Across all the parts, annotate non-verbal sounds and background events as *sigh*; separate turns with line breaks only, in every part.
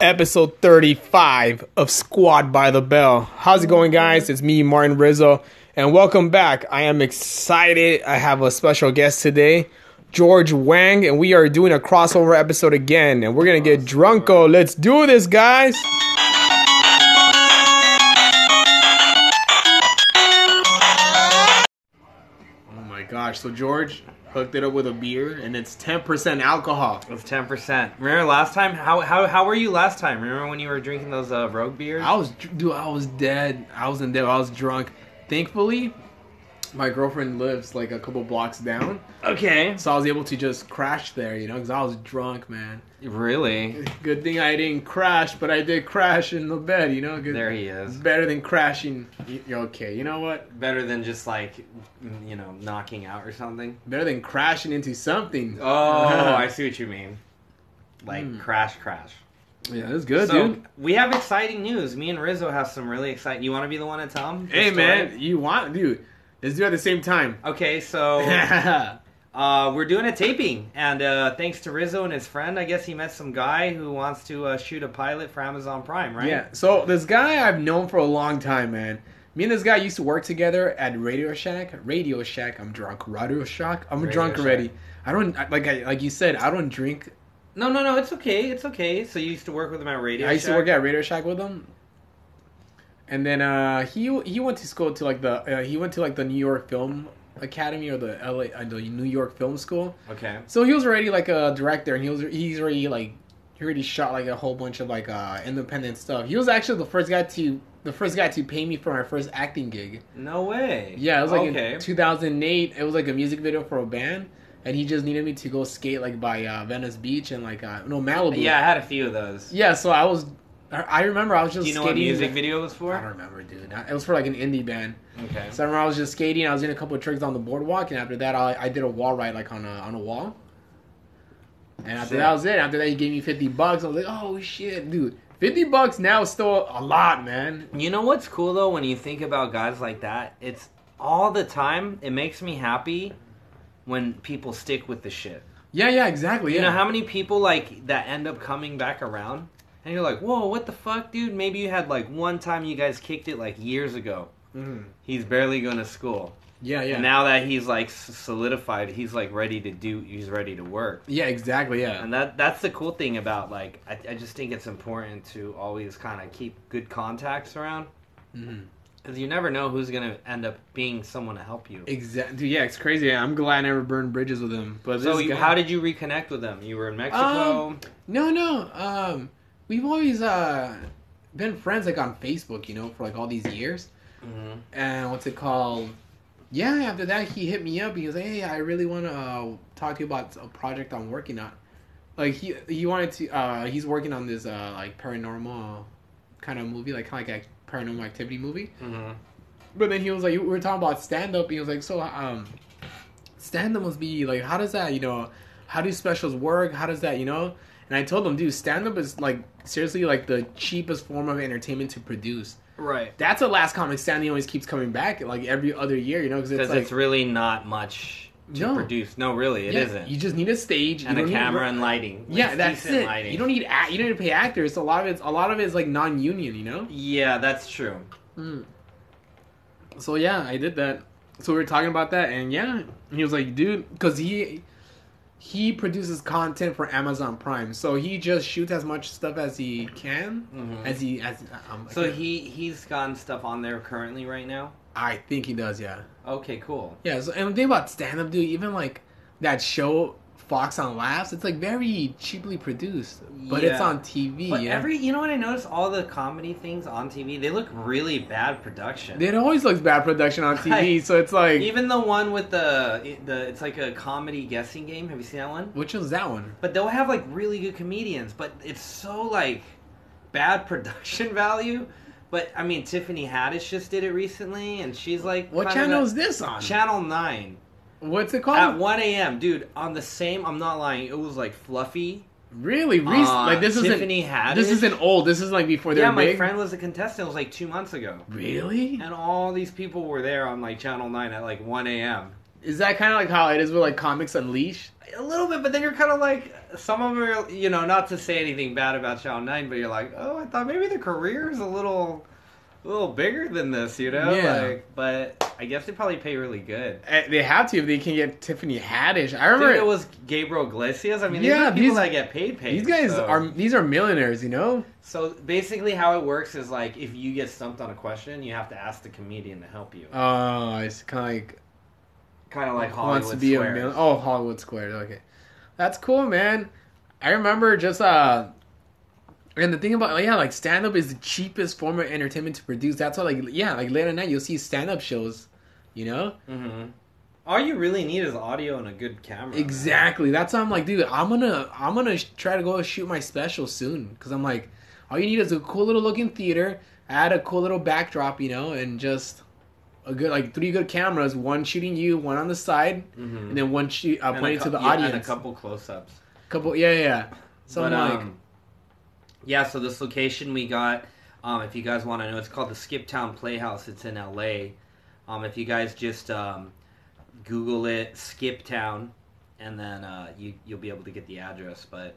episode 35 of Squad by the Bell. How's it going, guys? It's me, Martin Rizzo, and welcome back. I am excited. I have a special guest today, George Wang, and we are doing a crossover episode again, and we're going to get drunko. Let's do this, guys. Oh my gosh. So, George hooked it up with a beer, and it's 10% alcohol.
It's ten percent. Remember last time? How how how were you last time? Remember when you were drinking those uh, rogue beers?
I was, dude, I was dead. I was in there. I was drunk. Thankfully, my girlfriend lives like a couple blocks down,
Okay.
so I was able to just crash there, you know, because I was drunk, man.
Really?
Good thing I didn't crash, but I did crash in the bed, you know. Good.
There he
It's
is.
better than crashing. y- Okay, you know what?
Better than just like, mm, you know, knocking out or something.
Better than crashing into something.
*laughs* Oh, I see what you mean. Like crash, crash.
*laughs* yeah, that's good,
so
dude.
we have exciting news. Me and Rizzo have some really exciting. You want to be the one to tell him?
Hey, man, you want, dude? Let's do it at the same time. *laughs*
Okay, so
yeah,
uh, we're doing a taping, and uh, thanks to Rizzo and his friend, I guess he met some guy who wants to uh, shoot a pilot for Amazon Prime, right?
so this guy I've known for a long time, man. Me and this guy used to work together at Radio Shack. Radio Shack. I'm drunk. Radio Shack. I'm
Radio
drunk
Shack.
already. I don't I- like I, like you said. I don't drink.
No, no, no. It's okay. It's okay. So you used to work with him at Radio.
I used to
Shack?
work at Radio Shack with him. And then uh, he he went to school to like the uh, he went to like the New York Film Academy or the LA uh, the New York Film School.
Okay.
So he was already like a director, and he was he's already like he already shot like a whole bunch of like uh independent stuff. He was actually the first guy to the first guy to pay me for my first acting gig.
No way.
Yeah, it was like
okay.
in 2008. It was like a music video for a band, and he just needed me to go skate like by uh, Venice Beach and like uh, no Malibu.
yeah, I had a few of those.
yeah. So I was, I- I remember I was just
Do you know what
skating.
music video was
I don't
for?
remember, dude. It was for like an indie band.
Okay.
So I remember I was just skating. I was doing a couple of tricks on the boardwalk, and after that, I, I did a wall ride like on a on a wall. And after
Shit.
that was it. After that, he gave me fifty bucks. I was like, oh shit, dude, fifty bucks now is still a lot, man.
You know what's cool though when you think about guys like that? It's all the time. It makes me happy when people stick with the shit.
Yeah, yeah, exactly.
You
yeah.
know how many people like that end up coming back around? And you're like, whoa, what the fuck, dude? Maybe you had like one time you guys kicked it like years ago.
Mhm.
He's barely going to school.
Yeah, yeah,
And now that he's like s- solidified, he's like ready to do. He's ready to work,
yeah, exactly. Yeah,
and that that's the cool thing about like I, I just think it's important to always kind of keep good contacts around
Mhm.
because you never know who's gonna end up being someone to help you.
exactly. Dude, yeah, it's crazy. Yeah, I'm glad I never burned bridges with him. But
So
this
you,
guy-
how did you reconnect with them? You were in Mexico.
No, no. Um, we've always uh been friends like on Facebook, you know, for like all these years.
Mhm.
and what's it called? Yeah, after that he hit me up. He was like, "Hey, I really want to uh, talk to you about a project I'm working on." Like he he wanted to uh, he's working on this uh, like paranormal kind of movie, like kind of like a paranormal activity movie.
Mhm.
But then he was like, we were talking about stand up. He was like, so um, stand up must be like, how does that, you know, how do specials work? How does that, you know? And I told him, dude, stand up is like seriously like the cheapest form of entertainment to produce.
Right.
That's the last comic standing always keeps coming back like every other year, you know, because it's
Because
like
it's really not much to
No.
produce. No, really, it
yeah,
not
You just need a stage
and
you
a
don't need-
camera and lighting. Like,
yeah, that's
decent
it.
Lighting.
You don't need act, you don't need to pay actors. A lot of it's a lot of it's like non-union, you know.
Yeah, that's true.
Mm. So yeah, I did that. So we were talking about that, and yeah, he was like, "Dude," because he he produces content for Amazon Prime, so he just shoots as much stuff as he can,
Mhm.
as he as um,
So he he's gotten stuff on there currently right now.
I think he does, yeah,
Okay, cool.
yeah. So and the thing about stand up, dude, even like that show Fox on Laughs, it's like very cheaply produced, but it's
Yeah.
on TV.
But
yeah.
every you know what I noticed all the comedy things on TV they look really bad production.
it always looks bad production on TV, so it's like,
Even the one with the the it's like a comedy guessing game. Have you seen that one?
which was that one?
But they'll have like really good comedians, but it's so like bad *laughs* production value. But I mean, Tiffany Haddish just did it recently, and she's like,
What
kind of
channel
a-
is Oh. this on?
Channel Nine.
What's it
At
called?
1 a.m., dude, on the same, I'm not lying, it was like fluffy.
Really, Reese?
Uh,
like this isn't
Tiffany Haddish.
this isn't old. This is like before they
yeah,
were
my
big.
friend was a contestant. It was like two months ago,
Really?
and all these people were there on like Channel Nine at like 1 a.m.
Is that kind of like how it is with like comics unleashed?
A little bit, but then you're kind of like some of them are, you know, not to say anything bad about Channel Nine, but you're like, oh, I thought maybe the career is a little, a little bigger than this, you know?
Yeah.
Like, but I guess they probably pay really good.
Eh, They have to if they can get Tiffany Haddish. I
I
remember
think it was Gabriel Iglesias. I mean, these
Yeah,
are people
these-
that get paid. Paid.
these guys
so-
are these are millionaires, you know.
So basically, how it works is like if you get stumped on a question, you have to ask the comedian to help you.
Oh, it's kind of like
kind of like Hollywood
wants to be
Squares.
a million. Oh, Hollywood Squared. Okay, that's cool, man. I remember just uh, and the thing about oh, yeah, like stand up is the cheapest form of entertainment to produce. That's why, like yeah, like late at night you'll see stand up shows. You know
hmm All you really need is audio and a good camera.
exactly. That's why I'm like, dude, I'm gonna I'm gonna sh- try to go shoot my special soon because I'm like, all you need is a cool little looking theater, add a cool little backdrop, you know, and just. A good like three good cameras, one shooting you, one on the side,
Mm-hmm.
and then one shoot uh, pointing to the audience.
and a couple close-ups.
Couple, yeah, yeah, yeah. So
but,
I'm like,
um, yeah. So this location we got, um, if you guys want to know, it's called the Skip Town Playhouse. It's in L.A. Um, if you guys just um, Google it, Skip Town, and then uh, you you'll be able to get the address. But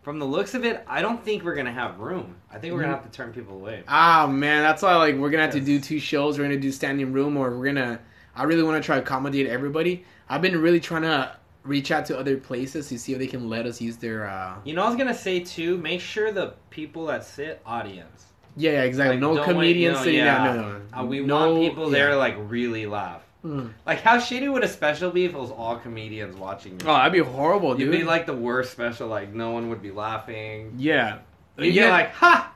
from the looks of it, I don't think we're gonna have room. I think we're gonna
Mm-hmm.
have to turn people away.
ah, man, that's why like we're gonna have to
Yes.
do two shows. We're gonna do standing room, or we're gonna. I really want to try to accommodate everybody. I've been really trying to reach out to other places to see if they can let us use their. uh
You know, I was gonna say too. Make sure the people that sit audience.
Yeah, yeah exactly.
Like,
no
don't
comedians
want- no,
sitting
yeah.
down. No, no.
Uh, we
no,
want people there
yeah.
to like really laugh.
Mm.
Like, how shitty would a special be if it was all comedians watching
Oh,
you?
that'd be horrible,
You'd
dude.
be like the worst special. Like, no one would be laughing.
yeah.
You'd
yeah,
be like, ha.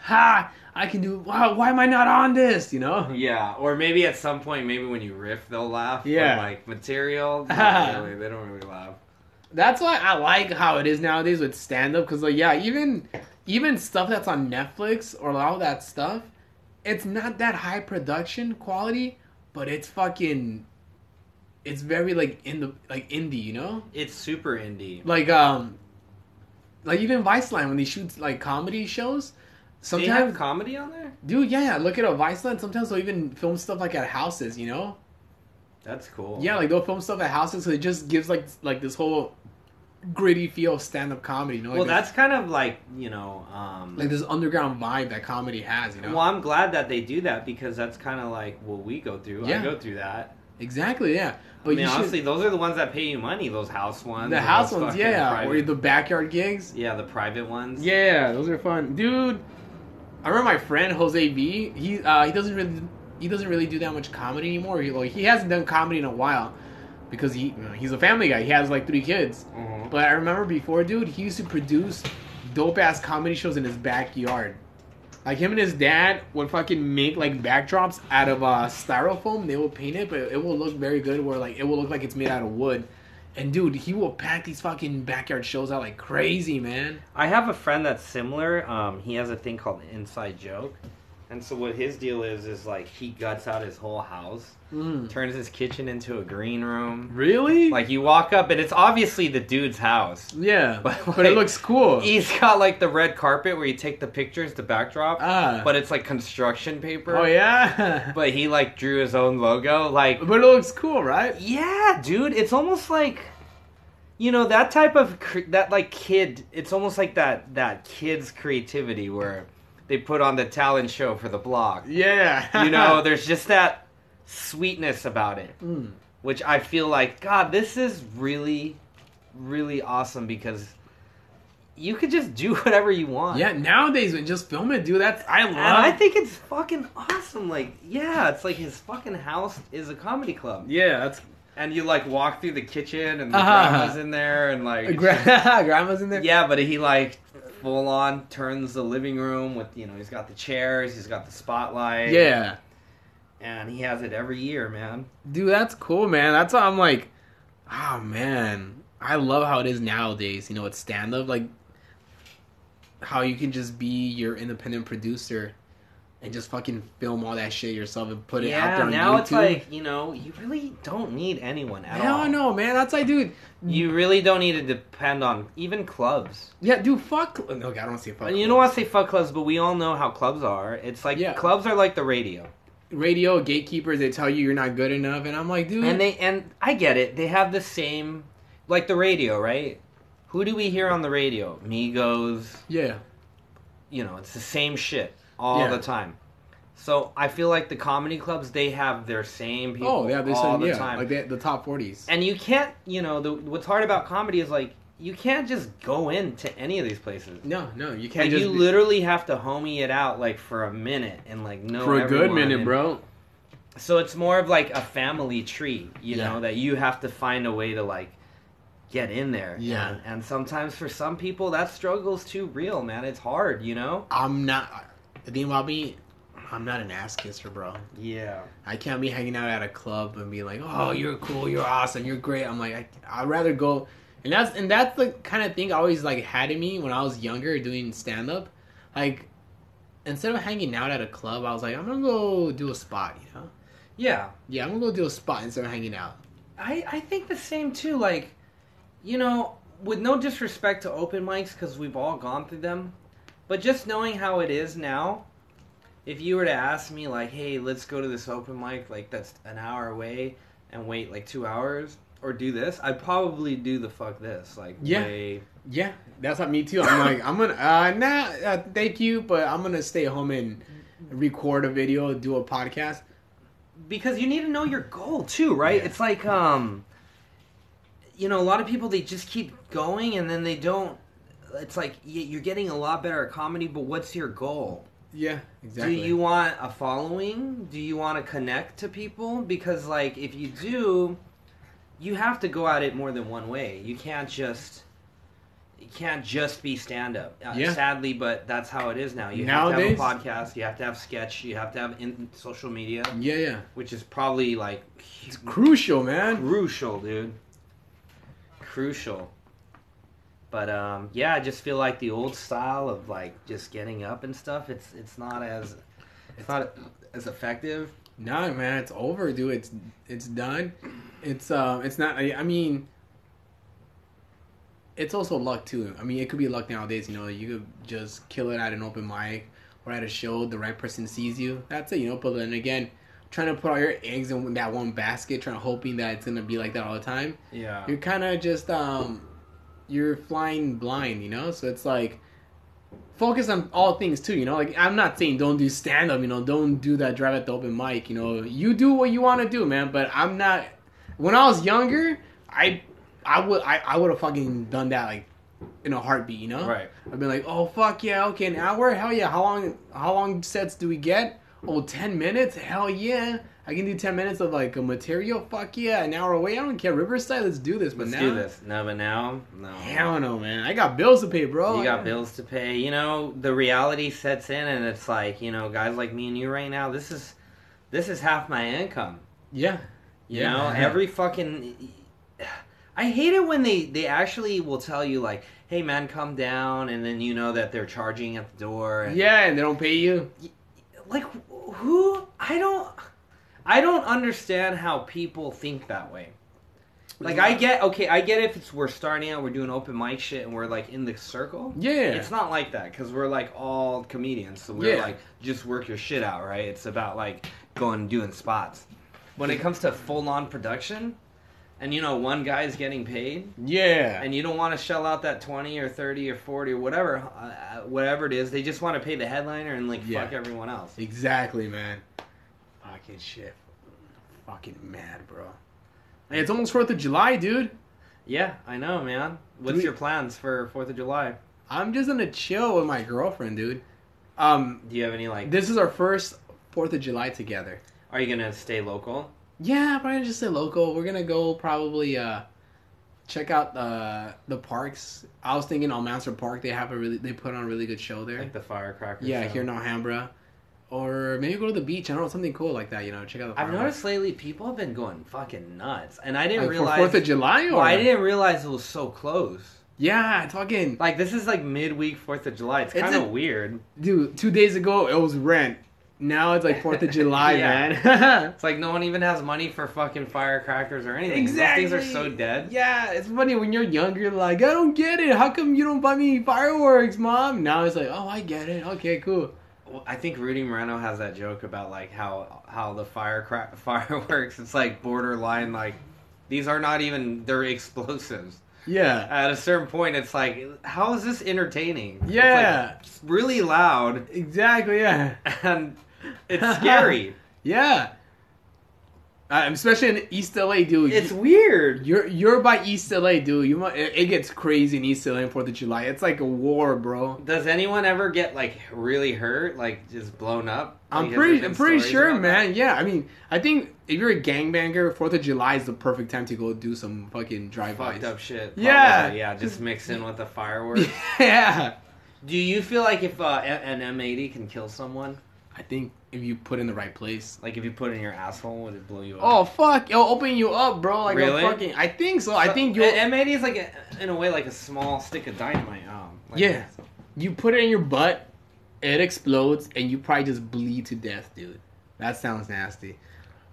ha! I can do. Wow, why am I not on this? You know.
Yeah, or maybe at some point, maybe when you riff, they'll laugh. but,
Yeah. *laughs*
like material, not really, they don't really laugh.
That's why I like how it is nowadays with stand up because like yeah, even even stuff that's on Netflix or all that stuff, it's not that high production quality, but it's fucking it's very like in the like indie, you know?
It's super indie.
Like um like even Viceland when they shoot like comedy shows,
Sometimes they have
sometimes
comedy on there.
dude, yeah, yeah, look at a Viceland, sometimes they'll even film stuff like at houses, you know?
That's cool.
Yeah, like they'll film stuff at houses so it just gives like like this whole gritty feel of stand up comedy, you know? Like
well,
this-
that's kind of like you know. Um,
like this underground vibe that comedy has, you know?
Well, I'm glad that they do that because that's kind of like what we go through.
Yeah.
I go through that.
Exactly, yeah. But
I mean,
you should,
honestly, those are the ones that pay you money. Those house ones.
the
and
house
those
ones,
fucking
yeah,
private-
or the backyard gigs.
yeah, the private ones.
Yeah, those are fun, dude. I remember my friend Jose B. He uh, he doesn't really he doesn't really do that much comedy anymore. He like, he hasn't done comedy in a while because he you know, he's a family guy. He has like three kids.
Mhm.
But I remember before, dude, he used to produce dope ass comedy shows in his backyard. Like him and his dad would fucking make like backdrops out of uh, styrofoam. They will paint it, but it will look very good. Where like it will look like it's made out of wood. And dude, he will pack these fucking backyard shows out like crazy, man.
I have a friend that's similar. Um, he has a thing called an inside joke, and so what his deal is is like he guts out his whole house, turns his kitchen into a green room.
Really? Like
Hmm. Like you walk up, and it's obviously the dude's house.
yeah, but,
*laughs* But,
it
like, e-
looks cool.
He's got like the red carpet where you take the pictures, the backdrop,
Ah.
but it's like construction paper.
oh yeah, *laughs* but,
but he like drew his own logo like
it looks cool, right?
e- yeah dude it's almost like you know that type of cre- that like kid it's almost like that that kid's creativity where they put on the talent show for the block
*laughs* Yeah,
you know
*laughs*
there's just that sweetness about it
Mm.
which i feel like god this is really really awesome because you could just do *laughs* whatever you want
yeah. Nowadays, when just film it, dude. That's I love.
and I think it's fucking awesome. Like, yeah, it's like his fucking house is a comedy club.
yeah, that's
And you like walk through the kitchen and the
Uh-huh.
grandma's in there and like it's *laughs*
Gra- *laughs* grandma's in there.
just- Yeah, but he like full on turns the living room with you know, he's got the chairs, he's got the spotlight.
yeah.
And he has it every year, man.
Dude, that's cool, man. That's why I'm like, oh man, I love how it is nowadays. You know, it's stand up, like how you can just be your independent producer and just fucking film all that shit yourself and put it out
yeah,
there on
now
YouTube.
it's like, you know, you really don't need anyone at all.
Hell no, man. That's like, dude.
You really don't need to depend on even clubs.
Yeah, dude. Fuck. Okay, I don't want to say fuck.
And you don't want to say fuck clubs, but we all know how clubs are. It's like
Yeah.
clubs are like the radio.
radio gatekeepers that tell you you're not good enough, and I'm like, dude,
And they and I get it. They have the same like the radio, right? Who do we hear on the radio? Migos,
yeah,
you know, it's the same shit all
Yeah.
the time. So I feel like the comedy clubs they have their same people
oh, yeah, they
all
said
the
yeah,
time.
like they, the top forties.
and you can't, you know, the, what's hard about comedy is like you can't just go into any of these places.
No, no, you can't
Like
just
you
be-
literally have to homie it out like for a minute and like know
for a good
everyone
minute,
and-
bro.
So it's more of like a family tree, you
Yeah.
know, that you have to find a way to like get in there.
Yeah.
And, and sometimes for some people that struggle's too real, man. It's hard, you know?
I'm not. The thing about me, I'm not an ass kisser, bro.
Yeah.
I can't be hanging out at a club and be like, "Oh, you're cool, you're awesome, you're great." I'm like, I, I'd rather go, and that's and that's the kind of thing I always like had in me when I was younger doing stand up. Like, instead of hanging out at a club, I was like, I'm gonna go do a spot, you know?
Yeah.
Yeah, I'm gonna go do a spot instead of hanging out.
I, I think the same too. Like, you know, with no disrespect to open mics because we've all gone through them, but just knowing how it is now, if you were to ask me, like, hey, let's go to this open mic, like, that's an hour away and wait like two hours or do this, I'd probably do the fuck this. Like,
Yeah.
way.
Yeah, that's not me too. I'm like, I'm gonna uh, nah, uh, thank you, but I'm gonna stay home and record a video, do a podcast.
Because you need to know your goal too, right?
Yeah.
It's like, um, you know, a lot of people, they just keep going and then they don't. It's like y- you're getting a lot better at comedy, but what's your goal?
Yeah, exactly.
Do you want a following? Do you want to connect to people? Because like if you do, you have to go at it more than one way. You can't just you can't just be stand up. Uh,
Yeah.
Sadly, but that's how it is now. You
Nowadays-
have to have a podcast, you have to have sketch, you have to have in social media,
Yeah, yeah,
which is probably like
it's
Mm.
crucial, man.
crucial, dude. Crucial. But um, yeah, I just feel like the old style of like just getting up and stuff. It's it's not as it's not as effective.
Nah, man, it's over, dude. It's it's done. It's um, it's not. I, I mean, it's also luck too. I mean, it could be luck nowadays. You know, you could just kill it at an open mic or at a show. The right person sees you. That's it. You know, but then again, trying to put all your eggs in that one basket, trying hoping that it's gonna be like that all the time.
Yeah.
You're kind of just um, you're flying blind. You know, so it's like. focus on all things too, you know. Like I'm not saying don't do stand up, you know, don't do that drive at the open mic, you know. You do what you want to do, man, but I'm not when I was younger, I I would I, I would have fucking done that like in a heartbeat, you know?
Right.
I'd be like, "Oh fuck yeah, okay, an hour? Hell yeah. How long how long sets do we get?" "Oh, 10 minutes? Hell yeah. I can do 10 minutes of like a material. Fuck yeah. An hour away. I don't care. Riverside, let's do this." But
Let's
now
do this. No, but now no.
Hell no, man. I got bills to pay, bro.
you
I-
got bills to pay. You know, the reality sets in, and it's like you know, guys like me and you right now. This is this is half my income.
Yeah.
You
Yeah.
know, every fucking. I hate it when they they actually will tell you like, "Hey man, come down," and then you know that they're charging at the door.
*laughs*
And,
Yeah, and they don't pay you.
Like who? I don't. I don't understand how people think that way. Like I get okay, I get if it's we're starting out, we're doing open mic shit, and we're like in the circle.
Yeah.
It's not like that because we're like all comedians, so we're
Yeah.
like just work your shit out, right? It's about like going and doing spots. When it comes to full on production, and you know one guy's getting paid,
yeah.
and you don't want to shell out that twenty or thirty or forty or whatever, uh, whatever it is, they just want to pay the headliner and like
Yeah.
fuck everyone else.
Exactly, man. Fucking shit. Fucking mad, bro. Hey, it's almost Fourth of July, dude.
Yeah, I know, man. What's
we-
your plans for Fourth of July?
I'm just gonna chill with my girlfriend, dude. Um,
Do you have any like?
this is our first Fourth of July together.
Are you gonna stay local?
Yeah, probably just say local. We're gonna go probably uh check out uh the parks. I was thinking Almanzor Park. They have a really they put on a really good show there.
Like the firecracker?
yeah,
show?
here in Alhambra, or maybe go to the beach. I don't know something cool like that. You know, check out the.
I've
fireworks.
noticed lately people have been going fucking nuts, and I didn't
Like, for
realize.
Fourth of July, or
Well, I didn't realize it was so close.
Yeah, talking.
Like this is like midweek Fourth of July. It's
It's
kind
a-
of weird.
Dude, two days ago it was rent. Now it's like Fourth of July,
*laughs* Yeah.
man. *laughs*
It's like no one even has money for fucking firecrackers or anything. Those things are so dead.
Yeah, it's funny when you're younger, you're like, I don't get it. How come you don't buy me fireworks, mom? Now it's like, oh, I get it. Okay, cool.
I think Rudy Moreno has that joke about like how how the fire cra- *laughs* fireworks. It's like borderline like these are not even they're explosives.
Yeah.
At a certain point, it's like how is this entertaining? It's, like,
Yeah.
really loud
Exactly. Yeah.
and
*laughs*
it's scary.
Yeah. Uh, especially in East LA, dude.
it's weird.
You're you're by East LA, dude. You mu- it, it gets crazy in East LA on Fourth of July. It's like a war, bro.
Does anyone ever get like really hurt, like just blown up?
I'm
Like, has
pretty
there
I'm
been
pretty
stories
sure,
about that?
man. Yeah, I mean, I think if you're a gangbanger, Fourth of July is the perfect time to go do some fucking drive
Fucked
bys.
up shit.
Yeah.
Probably, yeah. Just mix in with the fireworks.
*laughs* yeah,
Do you feel like if uh, an M80 can kill someone,
I think if you put in the right place.
like if you put it in your asshole, would it blow you up?
Oh fuck, it'll open you up, bro. Like a
Really?
fucking, I think so. I think you
an M80 is like a, in a way like a small stick of dynamite. Um, like
Yeah. you put it in your butt, it explodes, and you probably just bleed to death, dude. That sounds nasty.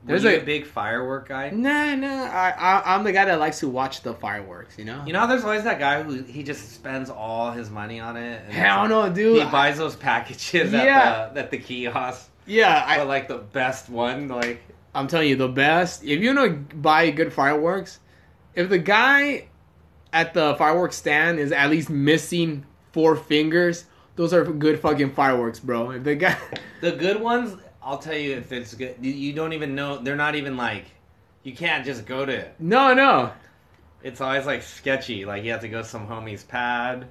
There's
There's a,
a-
big firework guy.
Nah, nah. I, I I'm the guy that likes to watch the fireworks. You know.
You know, how there's always that guy who he just spends all his money on it. And
Hell no,
He
dude. I-
buys those packages
Yeah.
at the at the kiosk,
yeah, I,
but like the best one, like
I'm telling you, the best. If you don't buy good fireworks, if the guy at the fireworks stand is at least missing four fingers, those are good fucking fireworks, bro. If the guy, *laughs*
the good ones. I'll tell you if it's good. You- You don't even know. They're not even like. You can't just go to it.
no, no,
It's always like sketchy. Like you have to go to some homie's pad.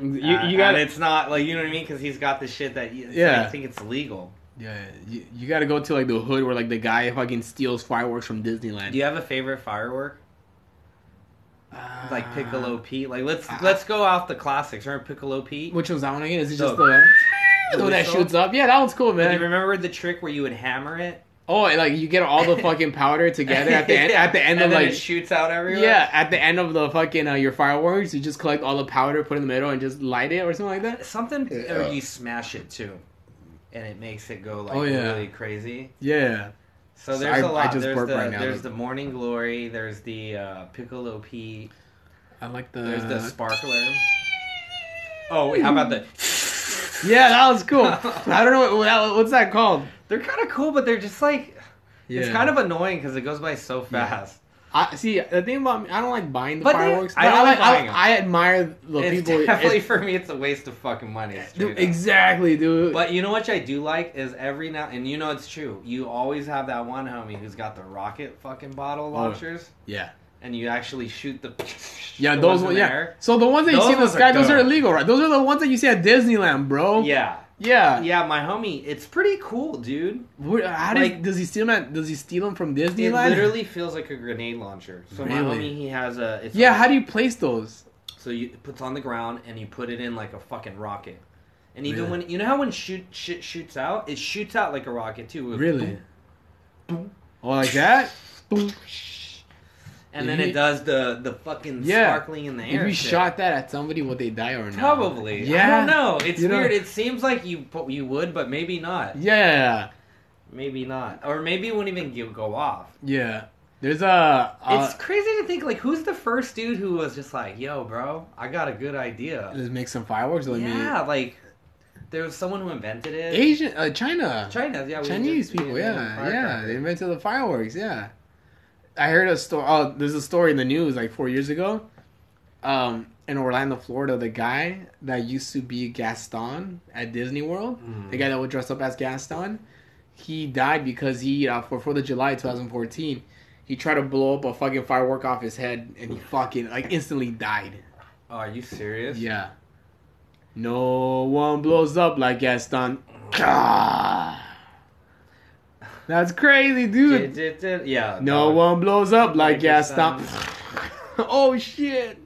you,
Uh,
you got
and it's not like you know what I mean because he's got the shit that you,
Yeah.
I think it's legal.
Yeah, you, you got to go to like the hood where like the guy fucking steals fireworks from Disneyland.
Do you have a favorite firework?
Ah.
Like Piccolo Pete. Like let's
Uh,
let's go off the classics. Remember Piccolo Pete?
Which one's that one again? Is it
The-
just the,
the
the one that
whistle?
shoots up? Yeah, that one's cool,
Do you
man.
remember the trick where you would hammer it
Oh, and, like you get all the fucking powder together at the end.
*laughs*
At the end
and
of
then
like
it shoots out everywhere?
Yeah, at the end of the fucking uh, your fireworks, you just collect all the powder, put it in the middle, and just light it or something like that.
Something
Yeah.
or you smash it too, and it makes it go like
Oh, yeah.
really crazy.
Yeah,
So
So
there's
I-
a
I
lot.
just
there's
burped
the
right now,
there's
dude.
the Morning Glory. There's the uh, Piccolo Pete.
I like the.
There's the sparkler. Oh wait, how about the?
*laughs* yeah, that was
*laughs*
cool. I don't know what, that, what's that called.
They're kind of cool, but they're just like
Yeah.
it's kind of annoying because it goes by so fast.
I see the thing about me. I don't like buying the
But they-
fireworks.
I
but
don't like
I,
buying 'em.
I admire the
it's
people.
definitely
it-
for me, it's a waste of fucking money.
*laughs*
straight
dude,
up.
exactly, dude.
But you know what I do like is every now and you know it's true. You always have that one homie who's got the rocket fucking
Oh.
bottle launchers,
yeah,
and you actually shoot the. *laughs*
yeah,
the
those
in
ones.
the
Yeah.
air.
So the ones that
Those
you see in the
ones are
sky, those are
dope.
illegal, right? Those are the ones that you see at Disneyland, bro.
Yeah.
Yeah.
Yeah, my homie, it's pretty cool, dude.
Where- how does,
Like-
does he steal them? At, does he steal them from
It
Disneyland?
literally feels like a grenade launcher. So my
Really?
homie, he has a. It's
Yeah.
like-
How do you place those?
So you it puts on the ground and you put it in like a fucking rocket. And even
Really?
when you know how when shoot shit shoots out, it shoots out like a rocket too. It-
Really? Oh, like that? Boom. If
And then
you-
it does the the fucking
Yeah.
sparkling in the air.
If you
shit.
shot that at somebody, would they die or not?
probably.
Yeah.
I don't know. It's
You don't-
weird. It seems like you pu- you would, but maybe not.
Yeah,
Maybe not. Or maybe it wouldn't even give, go off.
yeah. There's a. Uh,
it's crazy to think like who's the first dude who was just like, "Yo, bro, I got a good idea."
let's make some fireworks. Let
yeah, like there was someone who invented
me.
it.
Asian, uh, China,
China, yeah, we
Chinese
just- we
people.
invented
Yeah, yeah.
firecracker.
They invented the fireworks. Yeah. I heard a story. Oh, there's a story in the news like four years ago. Um, in Orlando, Florida, the guy that used to be Gaston at Disney World, the guy that would dress up as Gaston, he died because he uh, for Fourth of July 2014, he tried to blow up a fucking firework off his head and he fucking like instantly died.
Oh, are you serious?
Yeah. No one blows up like Gaston. That's crazy,
Did-
dude.
did- did- yeah.
No
dog.
one blows up like
Like Gaston.
Gaston. *laughs* oh shit.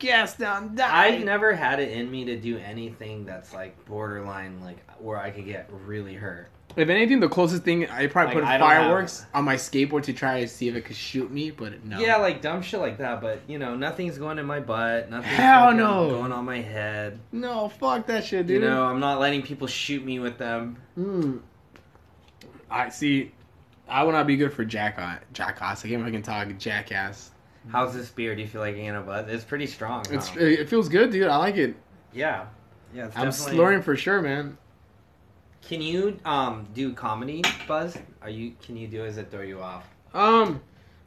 Gaston
I've
died.
never had it in me to do anything that's like borderline, like where I could get really hurt.
If anything, the closest thing I probably
Like,
put
I don't have-
fireworks on my skateboard to try to see if it could shoot me, but no.
Yeah, like dumb shit like that, but you know, nothing's going in my butt. Nothing's
Hell
fucking
no.
going on my head.
no, fuck that shit,
You
dude.
know, I'm not letting people shoot me with them.
Mm. I see. I would not be good for jackass. Jackass. I can't fucking talk. Jackass.
How's this beer? Do you feel like you know, buzz? It's pretty strong. huh?
It's, it feels good, dude. I like it.
yeah, yeah. It's
I'm
definitely-
slurring for sure, man.
Can you um do comedy, Buzz? Are you? Can you do? it? Does it throw you off?
Um,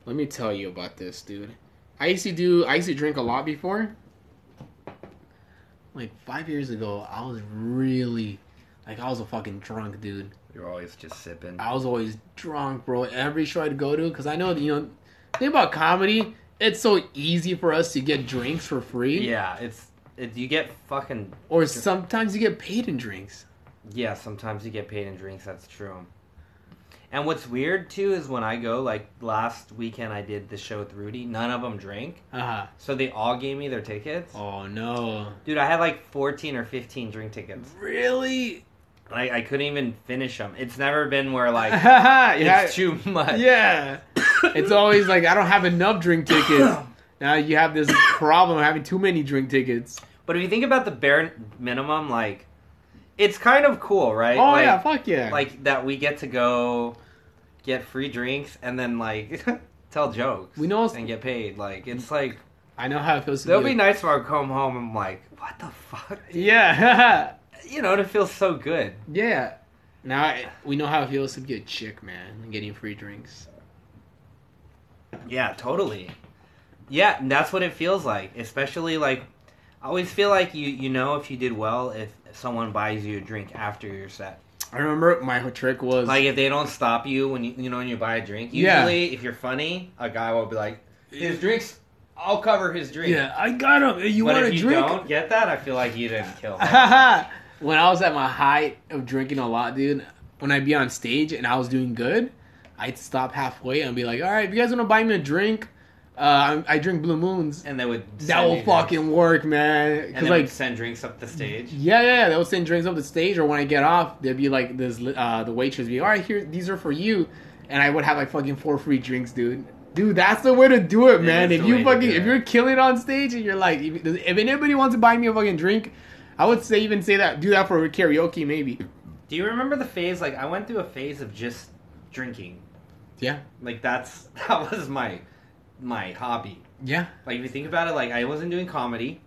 let me tell you about this, dude. I used to do. I used to drink a lot before. Like five years ago, I was really, like, I was a fucking drunk dude.
You're always just sipping.
I was always drunk, bro. Every show I'd go to, because I know you know, think about comedy. It's so easy for us to get drinks for free,
Yeah, it's it, you get fucking
or sometimes you get paid in drinks.
yeah. Sometimes you get paid in drinks. That's true. And what's weird too is when I go like last weekend I did the show with Rudy. None of them drank,
Uh
so they all gave me their tickets.
huh. Oh no.
Dude, I had like 14 or 15 drink tickets.
Really?
I, I couldn't even finish them. It's never been where like
*laughs* yeah.
it's too much.
Yeah. It's always like I don't have enough drink tickets. now you have this problem of having too many drink tickets.
*laughs* But if you think about the bare minimum, like it's kind of cool, right?
oh
like,
yeah, fuck yeah.
like that we get to go get free drinks and then like *laughs* tell jokes.
We know it's- Mm.
and get paid. Like it's like
I know how it feels to
there'll
be.
be nights where I come home and I'm like, what the fuck?
*laughs* yeah. *laughs*
You know, and it feels so good.
yeah. Now I, we know how it feels to be a chick, man, and getting free drinks.
Yeah, totally. Yeah, and that's what it feels like. Especially like I always feel like you you know if you did well if someone buys you a drink after your set.
I remember my trick was
Like if they don't stop you when you you know when you buy a drink.
Yeah.
Usually if you're funny, a guy will be like, his drinks I'll cover his drink.
Yeah, I got him. You
but
want
if
a
you
drink?
don't get that, I feel like you didn't kill.
*laughs* when I was at my height of drinking a lot, dude, when I'd be on stage and I was doing good, I'd stop halfway and be like, "All right, if you guys want to buy me a drink, uh, I'm- I drink Blue Moons."
and they would
That
send
will
you
fucking
drinks.
work, man.
and
Because
they
like,
would send drinks up the stage.
yeah, yeah, yeah, they'll send drinks up the stage, or when I get off, they'd be like, "This," li- uh, the waitress be, "All right, here, these are for you," and I would have like fucking four free drinks, dude. Dude, that's the way to do it, man.
is
If
the way
you
to
fucking,
do
if
it.
you're killing on stage and you're like, if if anybody wants to buy me a fucking drink, I would say even say that, do that for karaoke, maybe.
Do you remember the phase? Like I went through a phase of just drinking.
Yeah,
Like that's *laughs* that was my my hobby.
yeah.
Like if you think about it, like I wasn't doing comedy.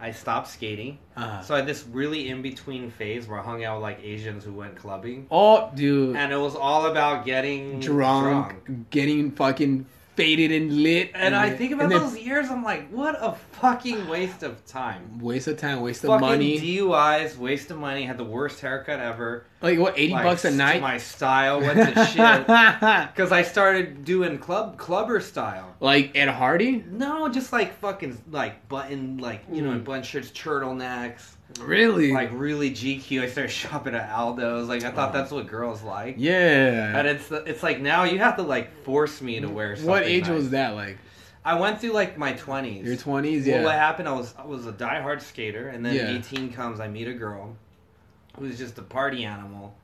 I stopped skating.
Uh,
So I had this really in between phase where I hung out with like Asians who went clubbing.
oh, dude,
And it was all about getting
drunk, getting fucking faded and lit,
And I think about
and then
those years, I'm like, what a fucking waste of time.
waste of time, waste of
fucking
money.
DUIs, waste of money, had the worst haircut ever.
like what, eighty
My
bucks a
st-
night?
*laughs* My style
*laughs*
went to shit. Because I started doing club clubber style.
like Ed Hardy?
No, just like fucking like button like you know
Mm.
in button shirts, turtlenecks,
Really?
like really GQ. I started *laughs* shopping at Aldo's. Like I thought that's what girls like. And
yeah.
it's it's like now you have to like force me to wear. Something
What age
nice.
was that? Like
I went through like my twenties.
your twenties?
Well, what
Yeah.
happened? I was I was a diehard skater, and then
Yeah.
eighteen comes. I meet a girl who's just a party animal,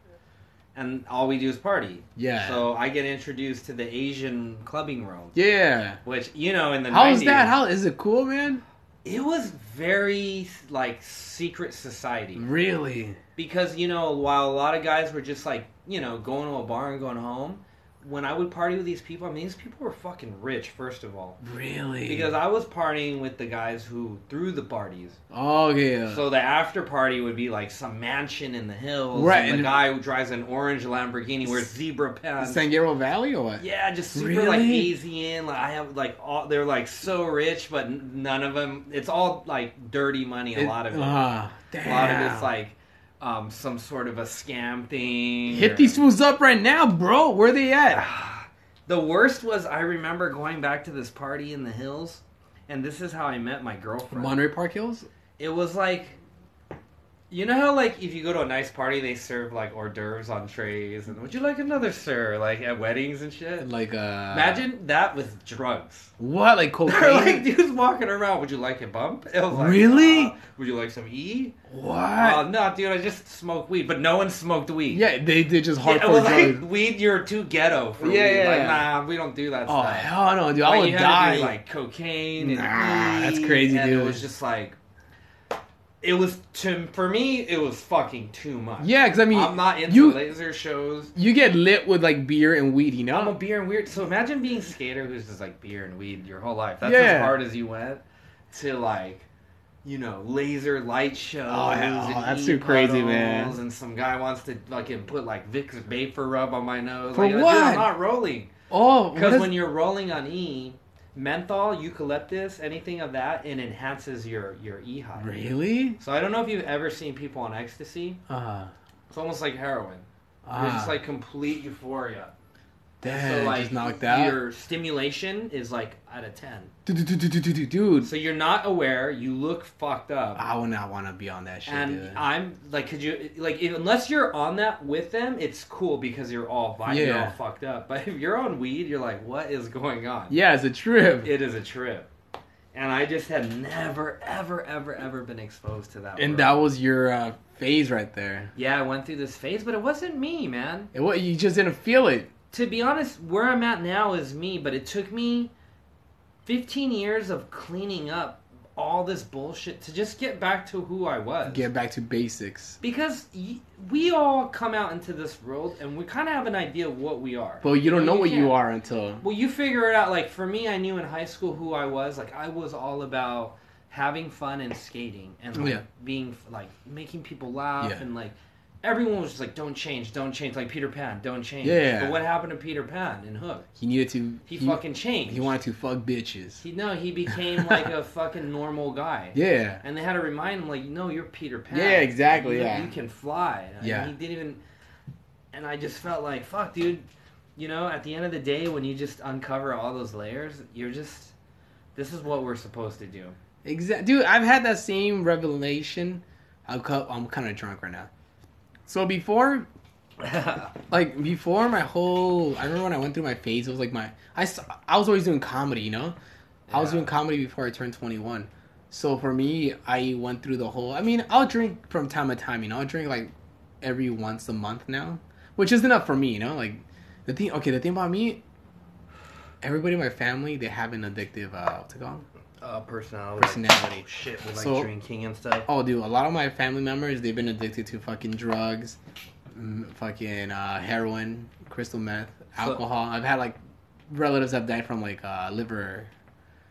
and all we do is party.
Yeah.
So I get introduced to the Asian clubbing world,
yeah.
which you know in the
How is
90s,
that? How is it cool, man?
it was very like secret society
Really?
because you know while a lot of guys were just like you know going to a bar and going home. When I would party with these people, I mean, these people were fucking rich, first of all.
Really?
Because I was partying with the guys who threw the parties.
oh yeah.
So the after party would be like some mansion in the hills,
Right,
And the
and-
guy who drives an orange Lamborghini wears zebra pants.
San Gabriel Valley or what?
um, yeah, just super like
Really?
Asian. Like I have like all they're like so rich, but n- none of them. It's all like dirty money. A lot of it.
Uh,
a lot of it's like um, some sort of a scam thing. or-
Hit these fools up right now, bro. Where they
Ah,
at?
*sighs* The worst was I remember going back to this party in the hills, and this is how I met my girlfriend.
Monterey Park Hills?
it was like you know how like if you go to a nice party they serve like hors d'oeuvres on trays and would you like another sir like at weddings and shit
Like uh
imagine that with drugs *laughs*
what? Like
they're like
cocaine?
dudes walking around would you like a bump it was like,
Really?
uh, would you like some e
what?
uh, no dude i just smoked weed but no one smoked weed
Yeah, they did just
Yeah, it
hardcore
was like
drugs.
weed you're too ghetto for
Yeah,
weed.
yeah,
like
yeah.
nah we don't do that
Oh
stuff
hell no, dude! I
like,
would
you had
die.
To do, like cocaine. And
Nah,
weed,
that's crazy,
and It
dude.
was just like, it was to for me. It was fucking too much.
yeah, because I mean,
I'm not into
you-
laser shows.
you get lit with like beer and weed, you
I'm a
know?
beer and weird. So imagine being a skater who's just like beer and weed your whole life. That's
Yeah.
as hard as you went to like you know, laser light shows.
Oh, hell,
and
that's
e
too crazy, man.
puddles, And some guy wants to fucking put like Vicks vapor rub on my nose.
For
like, dude, I'm
what?
not rolling.
Oh,
Because when you're rolling on E, menthol, eucalyptus, anything of that, it enhances your your E high.
really?
So I don't know if you've ever seen people on ecstasy.
Uh,
It's almost like heroin. You're
ah,
just like complete euphoria.
damn,
so like
just knocked out.
your stimulation is like out of ten.
Dude, dude, dude, dude, dude, dude, dude.
So you're not aware. You look fucked up.
I would not want to be on that shit,
and
dude.
I'm like, could you like if, unless you're on that with them, it's cool because you're all vi- you're
Yeah.
all fucked up. But if you're on weed, you're like, what is going on?
yeah, it's a trip.
It is a trip. And I just had never, ever, ever, ever been exposed to that.
and that
world.
was your uh, phase right there.
yeah, I went through this phase, but it wasn't me, man.
It, what you just didn't feel it.
to be honest, where I'm at now is me, but it took me 15 years of cleaning up all this bullshit to just get back to who I was.
Get back to basics.
because y- we all come out into this world and we kind of have an idea of what we are.
But you don't know what you
can't.
are until
Well, you figure it out. Like for me, I knew in high school who I was. Like I was all about having fun and skating and like,
Oh, Yeah.
being like making people laugh
Yeah.
and like everyone was just like, "Don't change, don't change." Like Peter Pan, don't change.
Yeah.
But what happened to Peter Pan in Hook?
he needed to.
He, fucking changed.
He wanted to fuck bitches.
He, no,
*laughs*
he became like a fucking normal guy.
Yeah.
And they had to remind him, like, no, you're Peter Pan.
Yeah, exactly,
You,
yeah.
you can fly. And
Yeah.
he didn't even. And I just felt like, fuck, dude. You know, at the end of the day, when you just uncover all those layers, you're just. This is what we're supposed to do. *laughs*
Exactly, dude. I've had that same revelation. I'm, cu- I'm kind of drunk right now. So before,
Oh,
like before my whole, I remember when I went through my phase. It was like my, I s- I was always doing comedy, you know. I was
Yeah.
doing comedy before I turned 21. So for me, I went through the whole. I mean, I'll drink from time to time. You know, I'll drink like every once a month now, which isn't enough for me. You know, like the thing. Okay, the thing about me, everybody in my family they have an addictive. Uh, what's it called?
uh, personality.
Personality.
shit, with
like, So-
drinking and stuff.
Oh, dude, a lot of my family members they've been addicted to fucking drugs, mm, fucking uh, heroin, crystal meth,
So-
alcohol. I've had like relatives have died from like uh, liver.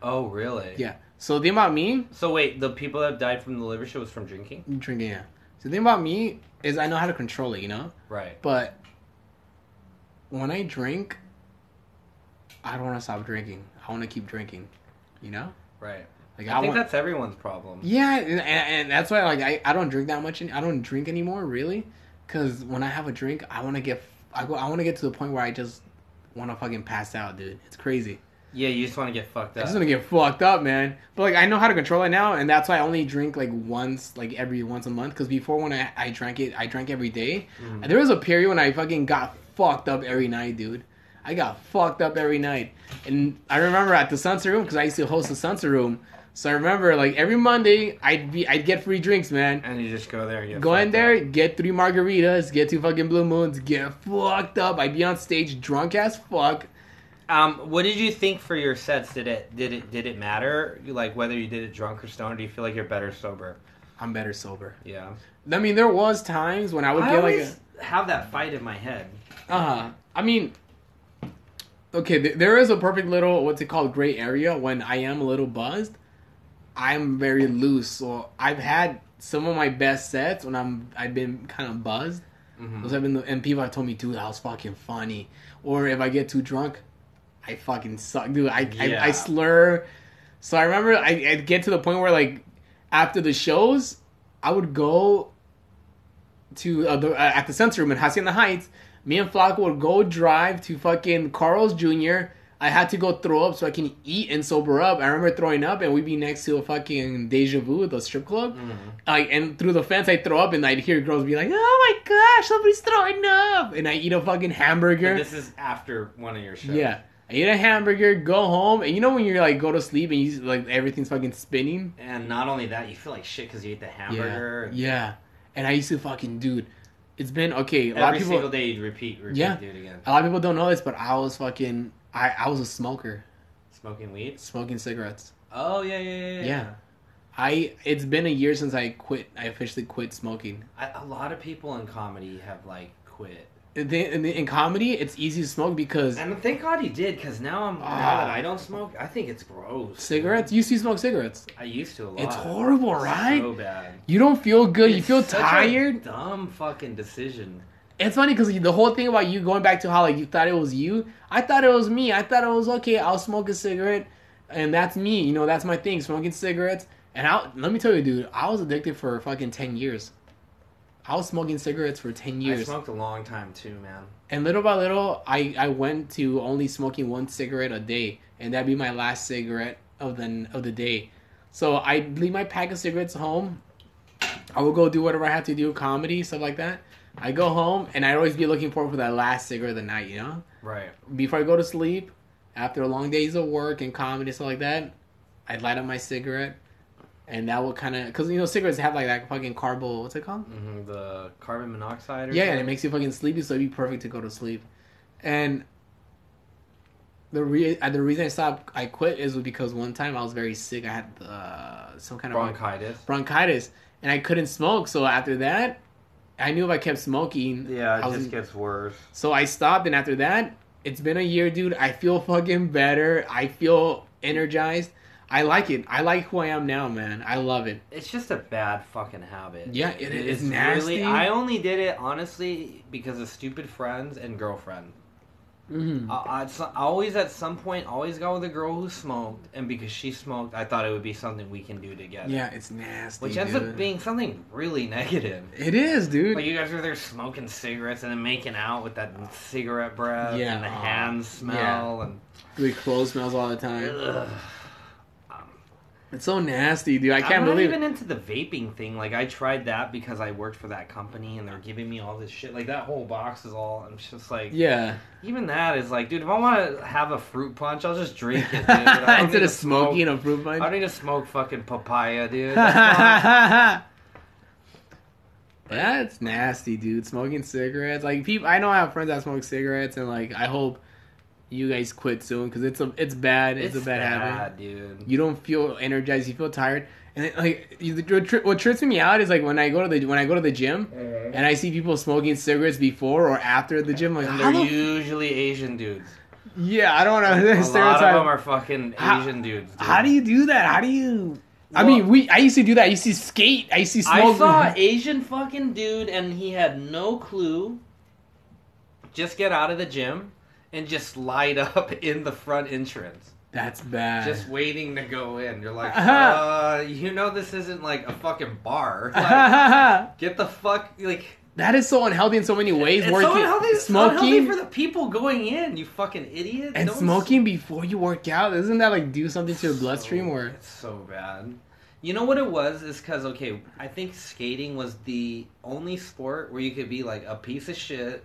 Oh, really?
Yeah. So the thing about me,
So wait, the people that died from the liver shit was from drinking?
drinking. Yeah. So the thing about me is I know how to control it, you know.
Right.
But when I drink, I don't want to stop drinking. I want to keep drinking. You know,
Right.
like
I, think
want.
that's everyone's problem.
Yeah, and, and- and that's why like I, I don't drink that much. Any, I don't drink anymore really, because when I have a drink, I want to get I go I want to get to the point where I just want to fucking pass out, dude. It's crazy.
Yeah, you just want to get fucked
I
up.
just want to get fucked up, man. But like I know how to control it now, and that's why I only drink like once, like every once a month. Because before when I I drank it, I drank every day.
Mm.
There was a period when I fucking got fucked up every night, dude. I got fucked up every night, and I remember at the Sunset Room because I used to host the Sunset Room. So I remember like every Monday I'd be I'd get free drinks, man.
And you just go there. And get
Go in
fucked
there,
up.
get three margaritas, get two fucking blue moons, get fucked up. I'd be on stage drunk as fuck.
Um, what did you think for your sets? Did it did it did it matter? Like whether you did it drunk or stoned? Do you feel like you're better sober?
I'm better sober.
Yeah.
I mean, there was times when I would
I
get like.
always
A,
have that fight in my head.
Uh-huh. I mean, okay, th- there is a perfect little what's it called gray area when I am a little buzzed. I'm very loose, so I've had some of my best sets when I'm I've been kind of buzzed. Those have been the, and people have told me, dude, that was fucking funny. Or if I get too drunk, I fucking suck, dude. I
Yeah.
I, I slur. So I remember I I'd get to the point where like after the shows, I would go to uh, the, uh, at the sensor room in Hacienda Heights. Me and Flacco would go drive to fucking Carl's Jr. I had to go throw up so I can eat and sober up. I remember throwing up, and we'd be next to a fucking Deja Vu, the strip club. Like, and through the fence, I'd throw up, and I'd hear girls be like, "Oh my gosh, somebody's throwing up!" And I eat a fucking hamburger.
This is after one of your shows.
yeah, I eat a hamburger, go home, and you know when you're like go to sleep and you like everything's fucking spinning.
And not only that, you feel like shit because you ate the hamburger.
Yeah, yeah. And I used to fucking, dude. It's been okay. A lot
Every
of people.
single day you repeat, repeat,
Yeah.
do it again.
A lot of people don't know this, but I was fucking. I, I was a smoker,
Smoking weed.
smoking cigarettes.
Oh yeah, yeah, yeah.
Yeah. I it's been a year since I quit. I officially quit smoking.
I, a lot of people in comedy have like quit
in, the- in, the- in comedy, it's easy to smoke because
And thank God he did, because now I'm now
Ah.
that I don't smoke, I think it's gross.
cigarettes. You used to smoke cigarettes.
I used to a lot.
It's horrible, right?
So bad.
You don't feel good. you
It's
feel
such a
tired.
dumb fucking decision.
It's funny because the whole thing about you going back to how like you thought it was you. I thought it was me. I thought it was okay. I'll smoke a cigarette, and that's me. You know, that's my thing. Smoking cigarettes. And I let me tell you, dude, I was addicted for fucking ten years. I was smoking cigarettes for ten
I
years,
smoked a long time too, man.
and little by little, I I went to only smoking one cigarette a day, and that'd be my last cigarette of the of the day. So I would leave my pack of cigarettes home. I would go do whatever I had to do, comedy stuff like that. I go home and I'd always be looking forward for that last cigarette of the night, you know?
Right.
Before I go to sleep, after long days of work and comedy stuff like that, I'd light up my cigarette, and that would kind of because you know cigarettes have like that fucking carbo what's it called?
hmm The carbon monoxide. Or
Yeah, and it
something?
makes you fucking sleepy, so it'd be perfect to go to sleep. And the re- uh, the reason I stopped, I quit, is because one time I was very sick. I had uh, some kind of
bronchitis.
bronchitis, and I couldn't smoke. So after that, I knew if I kept smoking, I was-
gets worse.
so I stopped, and after that, it's been a year, dude. I feel fucking better. I feel energized. I like it. I like who I am now, man. I love it.
It's just a bad fucking habit.
Yeah, it is nasty.
I only did it honestly because of stupid friends and girlfriend.
Mm-hmm.
I, I, it's- I always at some point always got with a girl who smoked, and because she smoked, I thought it would be something we can do together.
Yeah, it's nasty.
Which ends
dude.
up being something really *laughs* negative.
It is, dude.
Like you guys are there smoking cigarettes and then making out with that cigarette breath
Yeah.
and the hand smell and
Dude, clothes smells all the time.
ugh.
It's so nasty, dude. I
I'm
can't
not
believe
even into the vaping thing. Like I tried that because I worked for that company and they're giving me all this shit. Like that whole box is all. I'm just like,
it. *laughs*
*laughs*
Yeah.
even that is like, dude, if I want to have a fruit punch, I'll just drink
*laughs*
it. Dude. I don't
Instead
need
of
to smoke-
smoking a fruit
I
punch.
don't need to smoke fucking
*laughs*
papaya, dude. That's not-
That's nasty, dude. Smoking cigarettes. Like people, I know I have friends that smoke cigarettes, and like I hope you guys quit soon because it's a it's bad. It's, a bad, habit.
dude.
You don't feel energized. You feel tired. And it, like you, what tri- what trips me out is like when I go to the when I go to the gym and I see people smoking cigarettes before or after the gym. Like
And
how
they're
the
usually Asian
*laughs*
dudes.
Yeah, I don't *laughs* want to
A lot of
stereotype.
them are fucking
How-
Asian dudes. Dude.
How do you do that? How do you? I
Well-
mean, we. I used to do that. I used to skate. I used to smoke.
I saw an Asian fucking dude and he had no clue. Just get out of the gym and just light up *laughs* in the front entrance.
That's bad.
Just
*laughs*
waiting to go in. You're like,
Uh-huh.
uh, you know this isn't like a fucking
*laughs*
bar. Like,
that
get the fuck like
is so unhealthy in so many ways.
it's
working,
so unhealthy, it's
smoking,
unhealthy for the people going in, you fucking idiot.
and
No one's-
smoking before you work out. Doesn't that like do something to your bloodstream?
So-
Or
Oh, it's so bad. You know what it was is because okay, I think skating was the only sport where you could be like a piece of shit,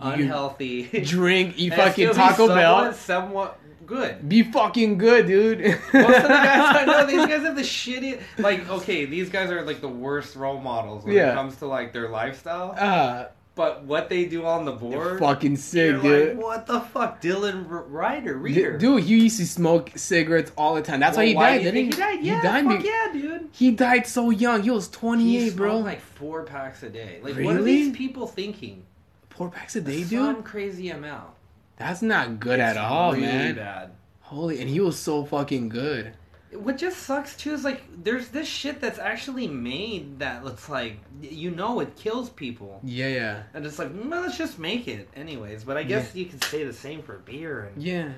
unhealthy, *laughs*
drink, eat
and
fucking
still be
Taco
somewhat,
Bell.
somewhat good.
Be fucking good, dude.
Most of the guys I
*laughs*
know, these guys have the shitty. Like, okay, these guys are like the worst role models when
Yeah.
it comes to like their lifestyle.
Uh,
But what they do on the
you're
board,
fucking sick,
you're
dude.
like, what the fuck, Dylan R- Ryder,
D-
Reader?
Dude, he used to smoke cigarettes all the time. That's why he died.
do you
didn't
think he died?
He
Yeah,
died
fuck
be-
yeah, dude.
He died so young. He was 28,
He
bro.
smoked, like four packs a day. Like, what are
Really?
these people thinking?
Four packs a day,
Some
dude.
crazy amount.
That's not good at
It's
all,
really
man.
Bad.
Holy, and he was so fucking good.
What just sucks too is like there's this shit that's actually made that looks like you know it kills people,
Yeah, yeah,
and it's like well, let's just make it anyways. But I guess you can say the same for beer. And
yeah.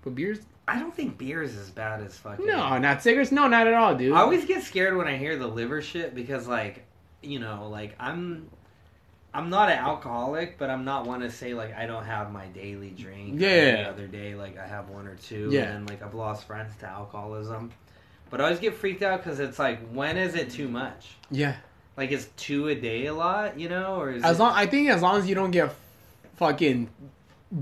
But beers?
I don't think beer is as bad as fucking.
No, not cigarettes. No, not at all, dude.
I always get scared when I hear the liver shit because like you know like I'm I'm not an alcoholic but I'm not one to say like I don't have my daily drink
Yeah.
every other day like I have one or two
Yeah.
and then like I've lost friends to alcoholism but I always get freaked out because it's like when is it too much
yeah.
like is two a day a lot you know or is
As
it-
long, I think, as long as you don't get fucking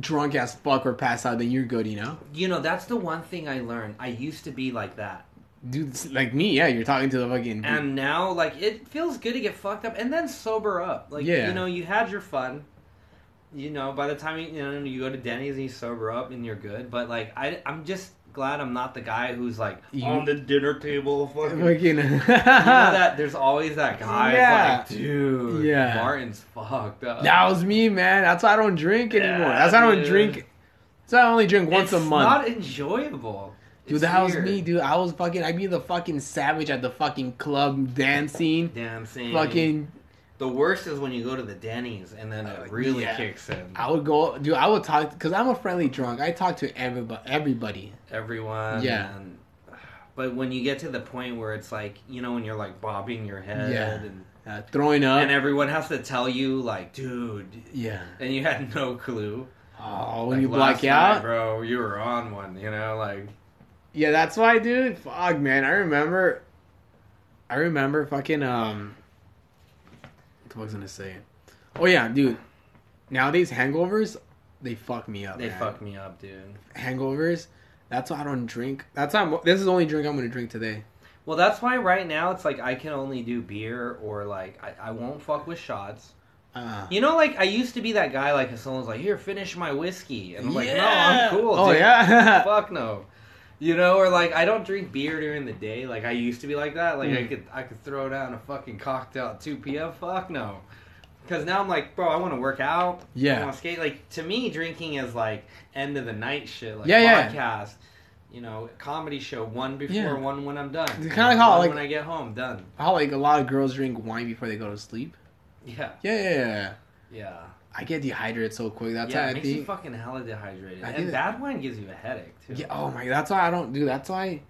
drunk as fuck or pass out, then you're good. You know,
you know that's the one thing I learned I used to be like that
dude. s- Like me, yeah. You're talking to the fucking.
and now like it feels good to get fucked up and then sober up like
Yeah.
you know you had your fun you know by the time you, you know you go to denny's and you sober up and you're good but like i i'm just glad I'm not the guy who's like
You-
on the dinner table. *laughs* Fucking, you know
*laughs* Fucking- *laughs*
that there's always that guy. Yeah. Like,
Yeah.
dude,
Yeah.
Martin's fucked up.
That was me, man. That's why I don't drink
Yeah,
anymore. That's why I don't
dude.
drink. That's why I only drink once
it's
a month.
Not enjoyable.
Dude,
It's
that
weird.
was me, dude. I was fucking. I'd be the fucking savage at the fucking club dancing.
Damn, same.
Fucking,
The worst is when you go to the Denny's and then
Uh,
it really
yeah.
kicks in.
I would go, dude. I would talk because I'm a friendly drunk. I talk to everybody. Everybody.
Everyone.
Yeah.
And, but when you get to the point where it's like, you know, when you're like bobbing your head
Yeah.
and,
Uh, throwing up.
and everyone has to tell you, like, dude,
yeah.
and you had no clue.
Oh, when
Like,
you black
last night,
out.
bro, you were on one, you know, like,
Yeah, that's why, dude. Fuck, man. I remember. I remember fucking um. What the fuck's gonna say? Oh yeah, dude. Nowadays, hangovers, they fuck me up.
they
Oh, man.
fucked me up, dude.
hangovers. That's why I don't drink. That's why I'm, this is the only drink I'm gonna drink today.
Well, that's why right now it's like I can only do beer or like I, I won't fuck with shots.
Uh,
You know, like I used to be that guy, like if someone's like, here, finish my whiskey. And I'm like, no,
Yeah.
I'm cool.
Oh
dude.
yeah.
*laughs*
*laughs*
Fuck no. You know, or like I don't drink beer during the day. Like I used to be like that. Like I
Mm.
could I could throw down a fucking cocktail at two p.m. Fuck no. Because now I'm like, bro, I want to work out. I
yeah.
want to skate. Like to me, drinking is like end of the night shit. Like
Yeah, yeah.
podcast. You know, comedy show one before
Yeah.
one when I'm done.
It's kinda like how,
One
like-
when I get home, done. *laughs*
How like a lot of girls drink wine before they go to sleep.
Yeah,
Yeah, yeah. yeah.
yeah,
I get dehydrated so quick. That's
yeah.
why
It
I
makes you
think.
fucking hella dehydrated,
I do
and
that.
bad wine gives you a headache too.
Yeah. Oh my. That's why I don't do. That's why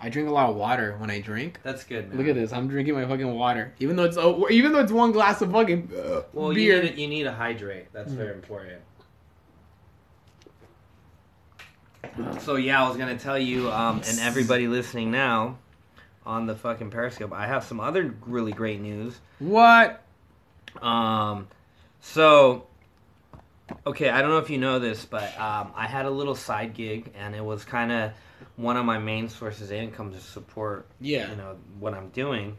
I drink a lot of water when I drink.
that's good. Man.
Look at this. I'm drinking my fucking water, even though it's oh, even though it's one glass of fucking uh,
Well,
beer.
you need, to, you need to hydrate. That's
Mm.
very important. So yeah, I was gonna tell you, um, and everybody listening now, on the fucking Periscope, I have some other really great news.
What?
Um, so okay, I don't know if you know this, but um, I had a little side gig, and it was kind of one of my main sources of income to support
Yeah.
you know what I'm doing.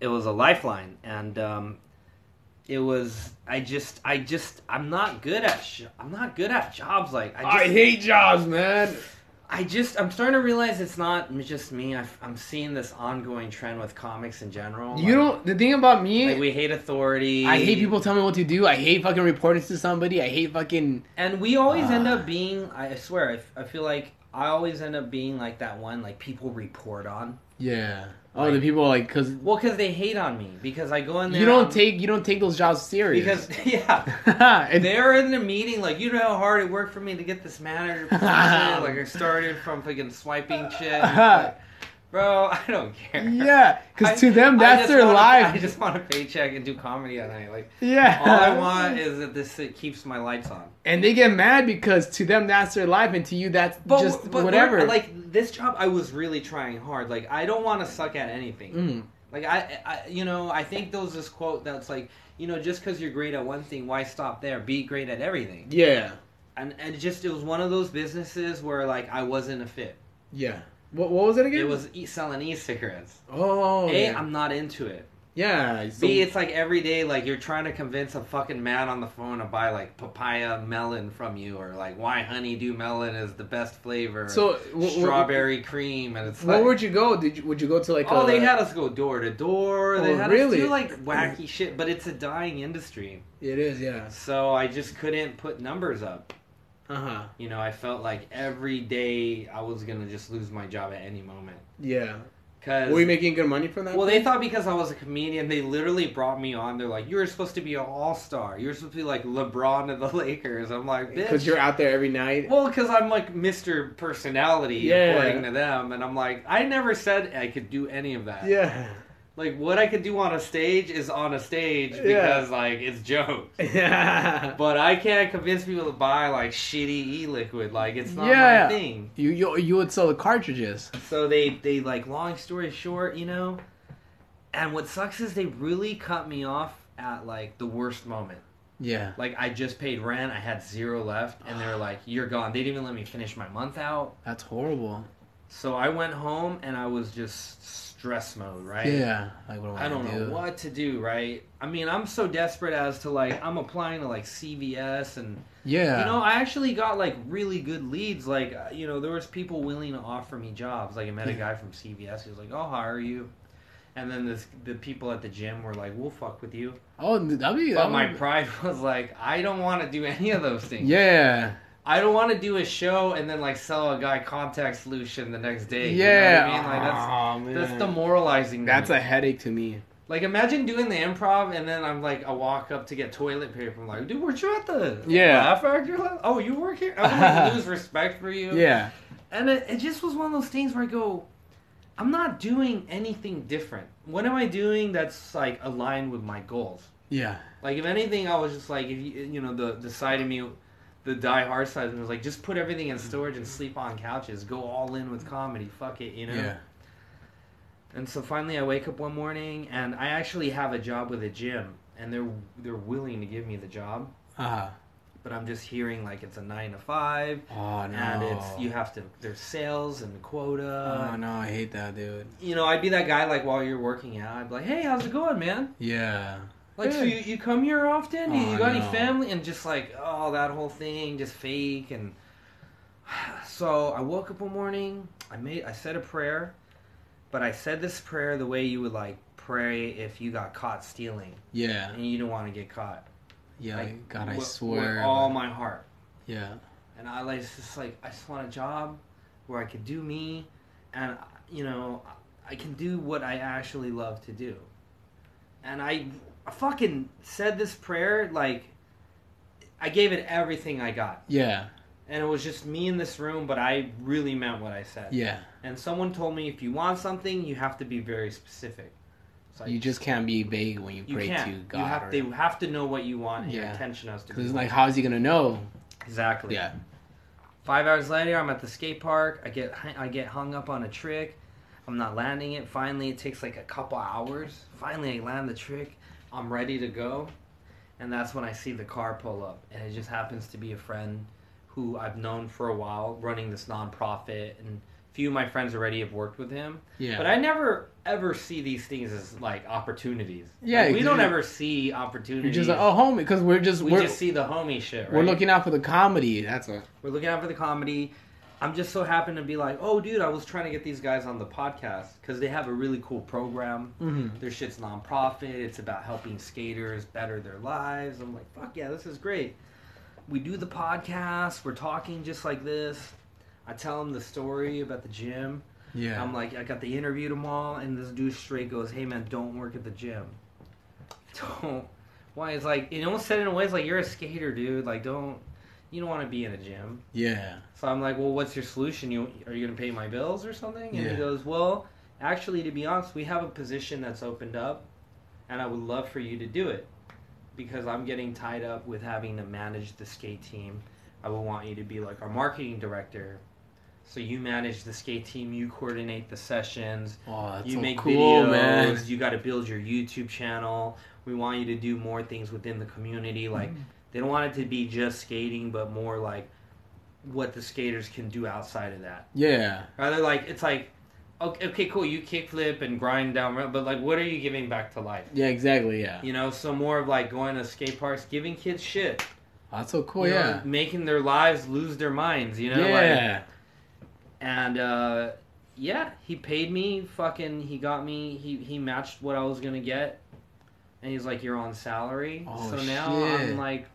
It was a lifeline, and um, it was I just I just I'm not good at sh- I'm not good at jobs like I
I
just,
hate jobs, man.
I just I'm starting to realize it's not m- just me. I, am seeing this ongoing trend with comics in general.
You
like,
don't. The thing about me,
Oh like we hate authority.
I hate people telling me what to do. I hate fucking reporting to somebody. I hate fucking.
and we always end
Ah.
up being. I swear, I, f- I feel like I always end up being like that one like people report on.
Yeah. Oh,
Like-
the people like because
Well, because they hate on me because I go in there.
you don't
I'm-
take you don't take those jobs serious.
Um, because *laughs* yeah.
*laughs* Because
And they're in the meeting, like, you know how hard it worked for me to get this
*laughs*
manager position. like, I started from fucking swiping shit. It's like, Bro, I don't care.
yeah,
I-
because to them
I
that's
just
their
want a-
life.
I just want a paycheck and do comedy at night. Like,
*laughs* yeah.
all I want is that this it keeps my lights on.
and they get mad because to them that's their life, and to you that's
But,
just
but
whatever.
we're- uh, Like this job, I was really trying hard. Like, I don't want to suck at anything.
Mm.
Like I, I, you know, I think there was this quote that's like, you know, just because you're great at one thing, why stop there? Be great at everything.
Yeah.
And and just it was one of those businesses where like I wasn't a fit.
Yeah. What, what was it again?
It was e- selling e-cigarettes.
Oh.
A,
yeah.
I'm not into it.
yeah. so-
B, it's like every day, like you're trying to convince a fucking man on the phone to buy like papaya melon from you, or like why honeydew melon is the best flavor.
So wh- wh-
strawberry cream, and it's
Where
like.
would you go? Did you, would you go to like?
Oh,
a,
they had us go door to door. They
Oh,
had
really?
us do like wacky shit, but it's a dying industry.
It is. Yeah.
So I just couldn't put numbers up.
Uh huh.
You know, I felt like every day I was gonna just lose my job at any moment.
Yeah.
Cause
Were you making good money from that?
Well, they thought because I was a comedian, they literally brought me on. They're like, "You were supposed to be an all star. You're supposed to be like LeBron of the *laughs* Lakers." I'm like, "Bitch."
because you're out there every night.
well, because I'm like Mr. Personality
Yeah.
according to them, and I'm like, I never said I could do any of that.
Yeah. *laughs*
Like what I could do on a stage is on a stage
Yeah.
because like it's jokes.
Yeah.
But I can't convince people to buy like shitty e-liquid. Like it's not
Yeah.
my thing.
You you you would sell the cartridges.
So they they like long story short, you know. And what sucks is they really cut me off at like the worst moment.
Yeah.
Like I just paid rent, I had zero left, and they were like, "You're gone." They didn't even let me finish my month out.
That's horrible.
So I went home and I was just stress mode, right?
Yeah. Like, what do
I don't know
do?
what to do, right? I mean, I'm so desperate as to like I'm applying to like CVS and
Yeah.
you know, I actually got like really good leads. Like, uh, you know, there was people willing to offer me jobs. Like, I met a
Yeah.
guy from CVS. He was like, "I'll hire you," and then this, the people at the gym were like, "We'll fuck with you."
oh, that'd be.
But
that
my
would-
pride *laughs* was like, I don't want to do any of those things.
yeah.
I don't want to do a show and then like sell a guy contact solution the next day. you know
Yeah.
what I mean? Like, that's
Aw, man.
that's demoralizing. to
That's
me.
a headache to me.
like imagine doing the improv and then I'm like I walk up to get toilet paper. I'm like, dude, weren't you at the
Yeah.
Laugh Factory? last- Oh, you work here? I'm
*laughs*
gonna lose respect for you.
Yeah.
And it, it just was one of those things where I go, I'm not doing anything different. What am I doing that's like aligned with my goals?
Yeah.
Like if anything, I was just like if you you know the the side of me, the die hard side of me was like just put everything in storage and sleep on couches. Go all in with comedy. Fuck it, you know.
Yeah.
And so finally, I wake up one morning and I actually have a job with a gym, and they're they're willing to give me the job,
Uh-huh.
but I'm just hearing like it's a nine to five,
Oh, no.
and it's you have to there's sales and quota.
Oh, no. I hate that, dude.
You know, I'd be that guy like while you're working out, I'd be like, hey, how's it going, man?
Yeah.
Like, so
Good.
you, you come here often? You-
Oh,
you got
no.
any family? And just like, oh, that whole thing, just fake and. *sighs* So I woke up one morning. I made I said a prayer, but I said this prayer the way you would like pray if you got caught stealing
Yeah.
and you don't want to get caught.
Yeah.
Like,
like, God, I
With-
swear.
with all
like-
my heart.
yeah.
And I like it's just like I just want a job where I could do me, and you know I can do what I actually love to do. And I, I fucking said this prayer like I gave it everything I got.
Yeah.
And it was just me in this room, but I really meant what I said.
Yeah.
And someone told me if you want something, you have to be very specific. It's like,
You just can't be vague when you
you
pray
can't.
to God.
you have
or-
they have to know what you want and your
Yeah.
intention has to be.
Cause like, how is he gonna know?
exactly.
Yeah.
Five hours later, I'm at the skate park. I get I get hung up on a trick. I'm not landing it. Finally, it takes like a couple hours. Finally, I land the trick. I'm ready to go, and that's when I see the car pull up, and it just happens to be a friend who I've known for a while, running this nonprofit, and few of my friends already have worked with him.
Yeah.
But I never ever see these things as like opportunities.
Yeah,
Like, we
because
don't
you-
ever see opportunities.
You're just like, oh, homie, because we're just
we
we're
just see the homie shit. Right?
we're looking out for the comedy. That's a
We're looking out for the comedy. I'm just so happened to be like, oh, dude, I was trying to get these guys on the podcast because they have a really cool program.
Mm-hmm.
Their shit's nonprofit. It's about helping skaters better their lives. I'm like, fuck yeah, this is great. We do the podcast. We're talking just like this. I tell them the story about the gym.
yeah.
I'm like, I got the interview tomorrow, and this dude straight goes, "Hey man, don't work at the gym. *laughs* Don't. Why? It's like you know, said in a way, it's like you're a skater, dude. Like, don't. You don't want to be in a gym.
yeah,
So I'm like, well, what's your solution? You are you gonna pay my bills or something? And
Yeah.
he goes, well, actually, to be honest, we have a position that's opened up, and I would love for you to do it, because I'm getting tied up with having to manage the skate team. I would want you to be like our marketing director, so you manage the skate team, you coordinate the sessions,
oh, that's
you
so
make
cool,
videos,
man.
you got to build your YouTube channel. We want you to do more things within the community. Like
Mm.
they don't want it to be just skating, but more like what the skaters can do outside of that.
Yeah,
Rather like it's like okay, okay cool, you kickflip and grind down, road, but like what are you giving back to life?
yeah, exactly. Yeah,
You know, so more of like going to skate parks, giving kids shit.
that's so cool.
you know,
Yeah,
making their lives lose their minds. You know, like
yeah,
and uh, yeah, he paid me. Fucking, he got me. He he matched what I was gonna get, and he's like, "You're on salary."
Oh,
so now
shit.
I'm like,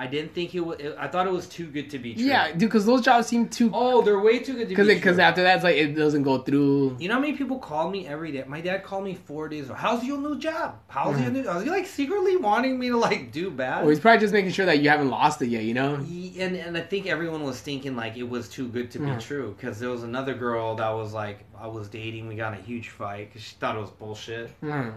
I didn't think it was. I thought it was too good to be true.
yeah, dude. Because those jobs seem too
Oh, they're way too good to
because
be
because
true.
after that, it's like it doesn't go through.
You know how many people call me every day? My dad called me four days. How's your new job? How's
Mm.
your new? I was like secretly wanting me to like do bad.
Or he's probably just making sure that you haven't lost it yet. You know?
Ye- and and I think everyone was thinking like it was too good to be
Mhm.
true because there was another girl that was like I was dating. We got in a huge fight because she thought it was bullshit.
Mm.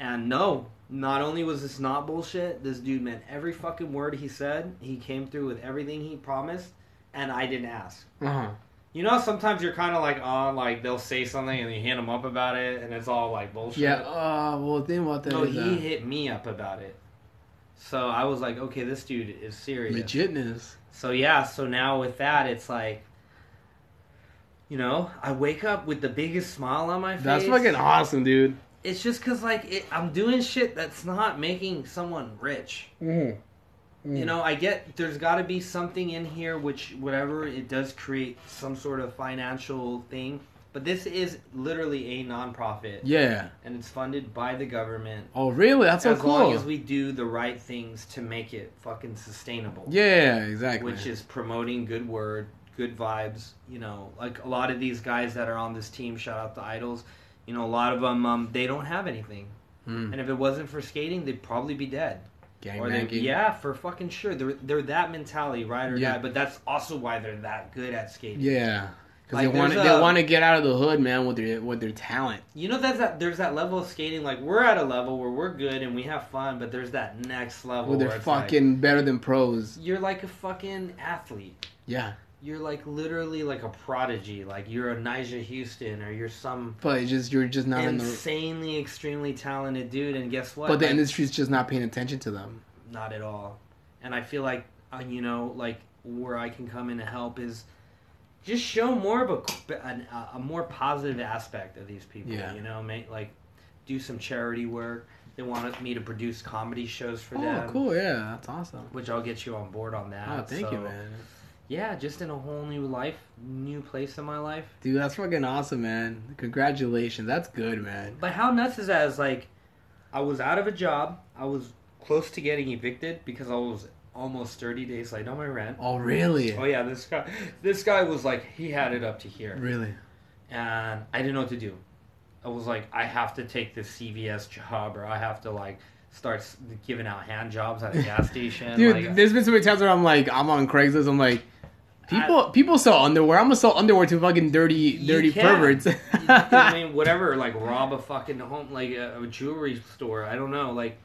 And no, not only was this not bullshit, this dude meant every fucking word he said. He came through with everything he promised, and I didn't ask.
Uh-huh.
You know, sometimes you're kind of like on like they'll say something and you hit them up about it, and it's all like bullshit.
Yeah. Uh, well, then what the
No,
is,
he
uh,
hit me up about it. So I was like, okay, this dude is serious.
legitness?
So yeah, so now with that, it's like, You know, I wake up with the biggest smile on my face.
That's fucking awesome, dude.
It's just because, like, it, I'm doing shit that's not making someone rich.
Mm-hmm.
Mm.
You know, I get there's got to be something in here which, whatever, it does create some sort of financial thing. But this is literally a nonprofit,
Yeah.
and it's funded by the government.
Oh, really? That's so
as long
cool.
as we do the right things to make it fucking sustainable.
yeah, exactly.
which is promoting good word, good vibes. You know, like a lot of these guys that are on this team, shout out the idols. You know, a lot of them um, they don't have anything,
Mm.
and if it wasn't for skating, they'd probably be dead. Or they,
gangbanging.
yeah, for fucking sure. They're they're that mentality, ride or
Yeah.
die. But that's also why they're that good at skating.
Yeah, because
Like,
they want
there's
they
a-
want to get out of the hood, man, with their with their talent.
You know, that's that. There's that level of skating. Like we're at a level where we're good and we have fun, but there's that next level
Well,
where
they're
it's like,
fucking better than pros.
you're like a fucking athlete.
Yeah,
you're like literally like a prodigy. Like you're a Nigel Houston or you're some
but it's just you're just not in the.
insanely, extremely talented dude. And guess what?
But the
Like,
industry's just not paying attention to them.
not at all. And I feel like uh, you know, like where I can come in to help is just show more of a an, a- a more positive aspect of these people.
Yeah.
You know, make like do some charity work. They want me to produce comedy shows for
Oh,
them.
cool. Yeah, that's awesome.
Which I'll get you on board on that.
Oh, thank you,
So,
man.
Yeah, just in a whole new life, new place in my life.
Dude, that's fucking awesome, man. Congratulations. That's good, man.
But how nuts is that? Is like, I was out of a job. I was close to getting evicted because I was almost thirty days late on my rent.
Oh, really?
Oh yeah, this guy, this guy was like, he had it up to here,
Really?
and I didn't know what to do. I was like, I have to take this CVS job, or I have to like start s- giving out hand jobs at a gas station.
Dude,
like,
there's been so many times where I'm like, I'm on Craigslist. I'm like, people, people sell underwear. I'm gonna sell underwear to fucking dirty,
You
dirty
can.
perverts.
You-
*laughs*
I mean, whatever, like rob a fucking home, like a, a jewelry store. I don't know, like.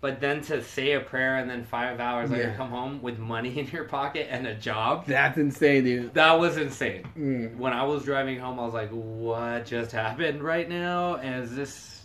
But then to say a prayer and then five hours later
Yeah.
come home with money *laughs* in your pocket and a job,
that's insane, dude.
that was insane.
Mm.
When I was driving home, I was like, "What just happened right now?" And is this?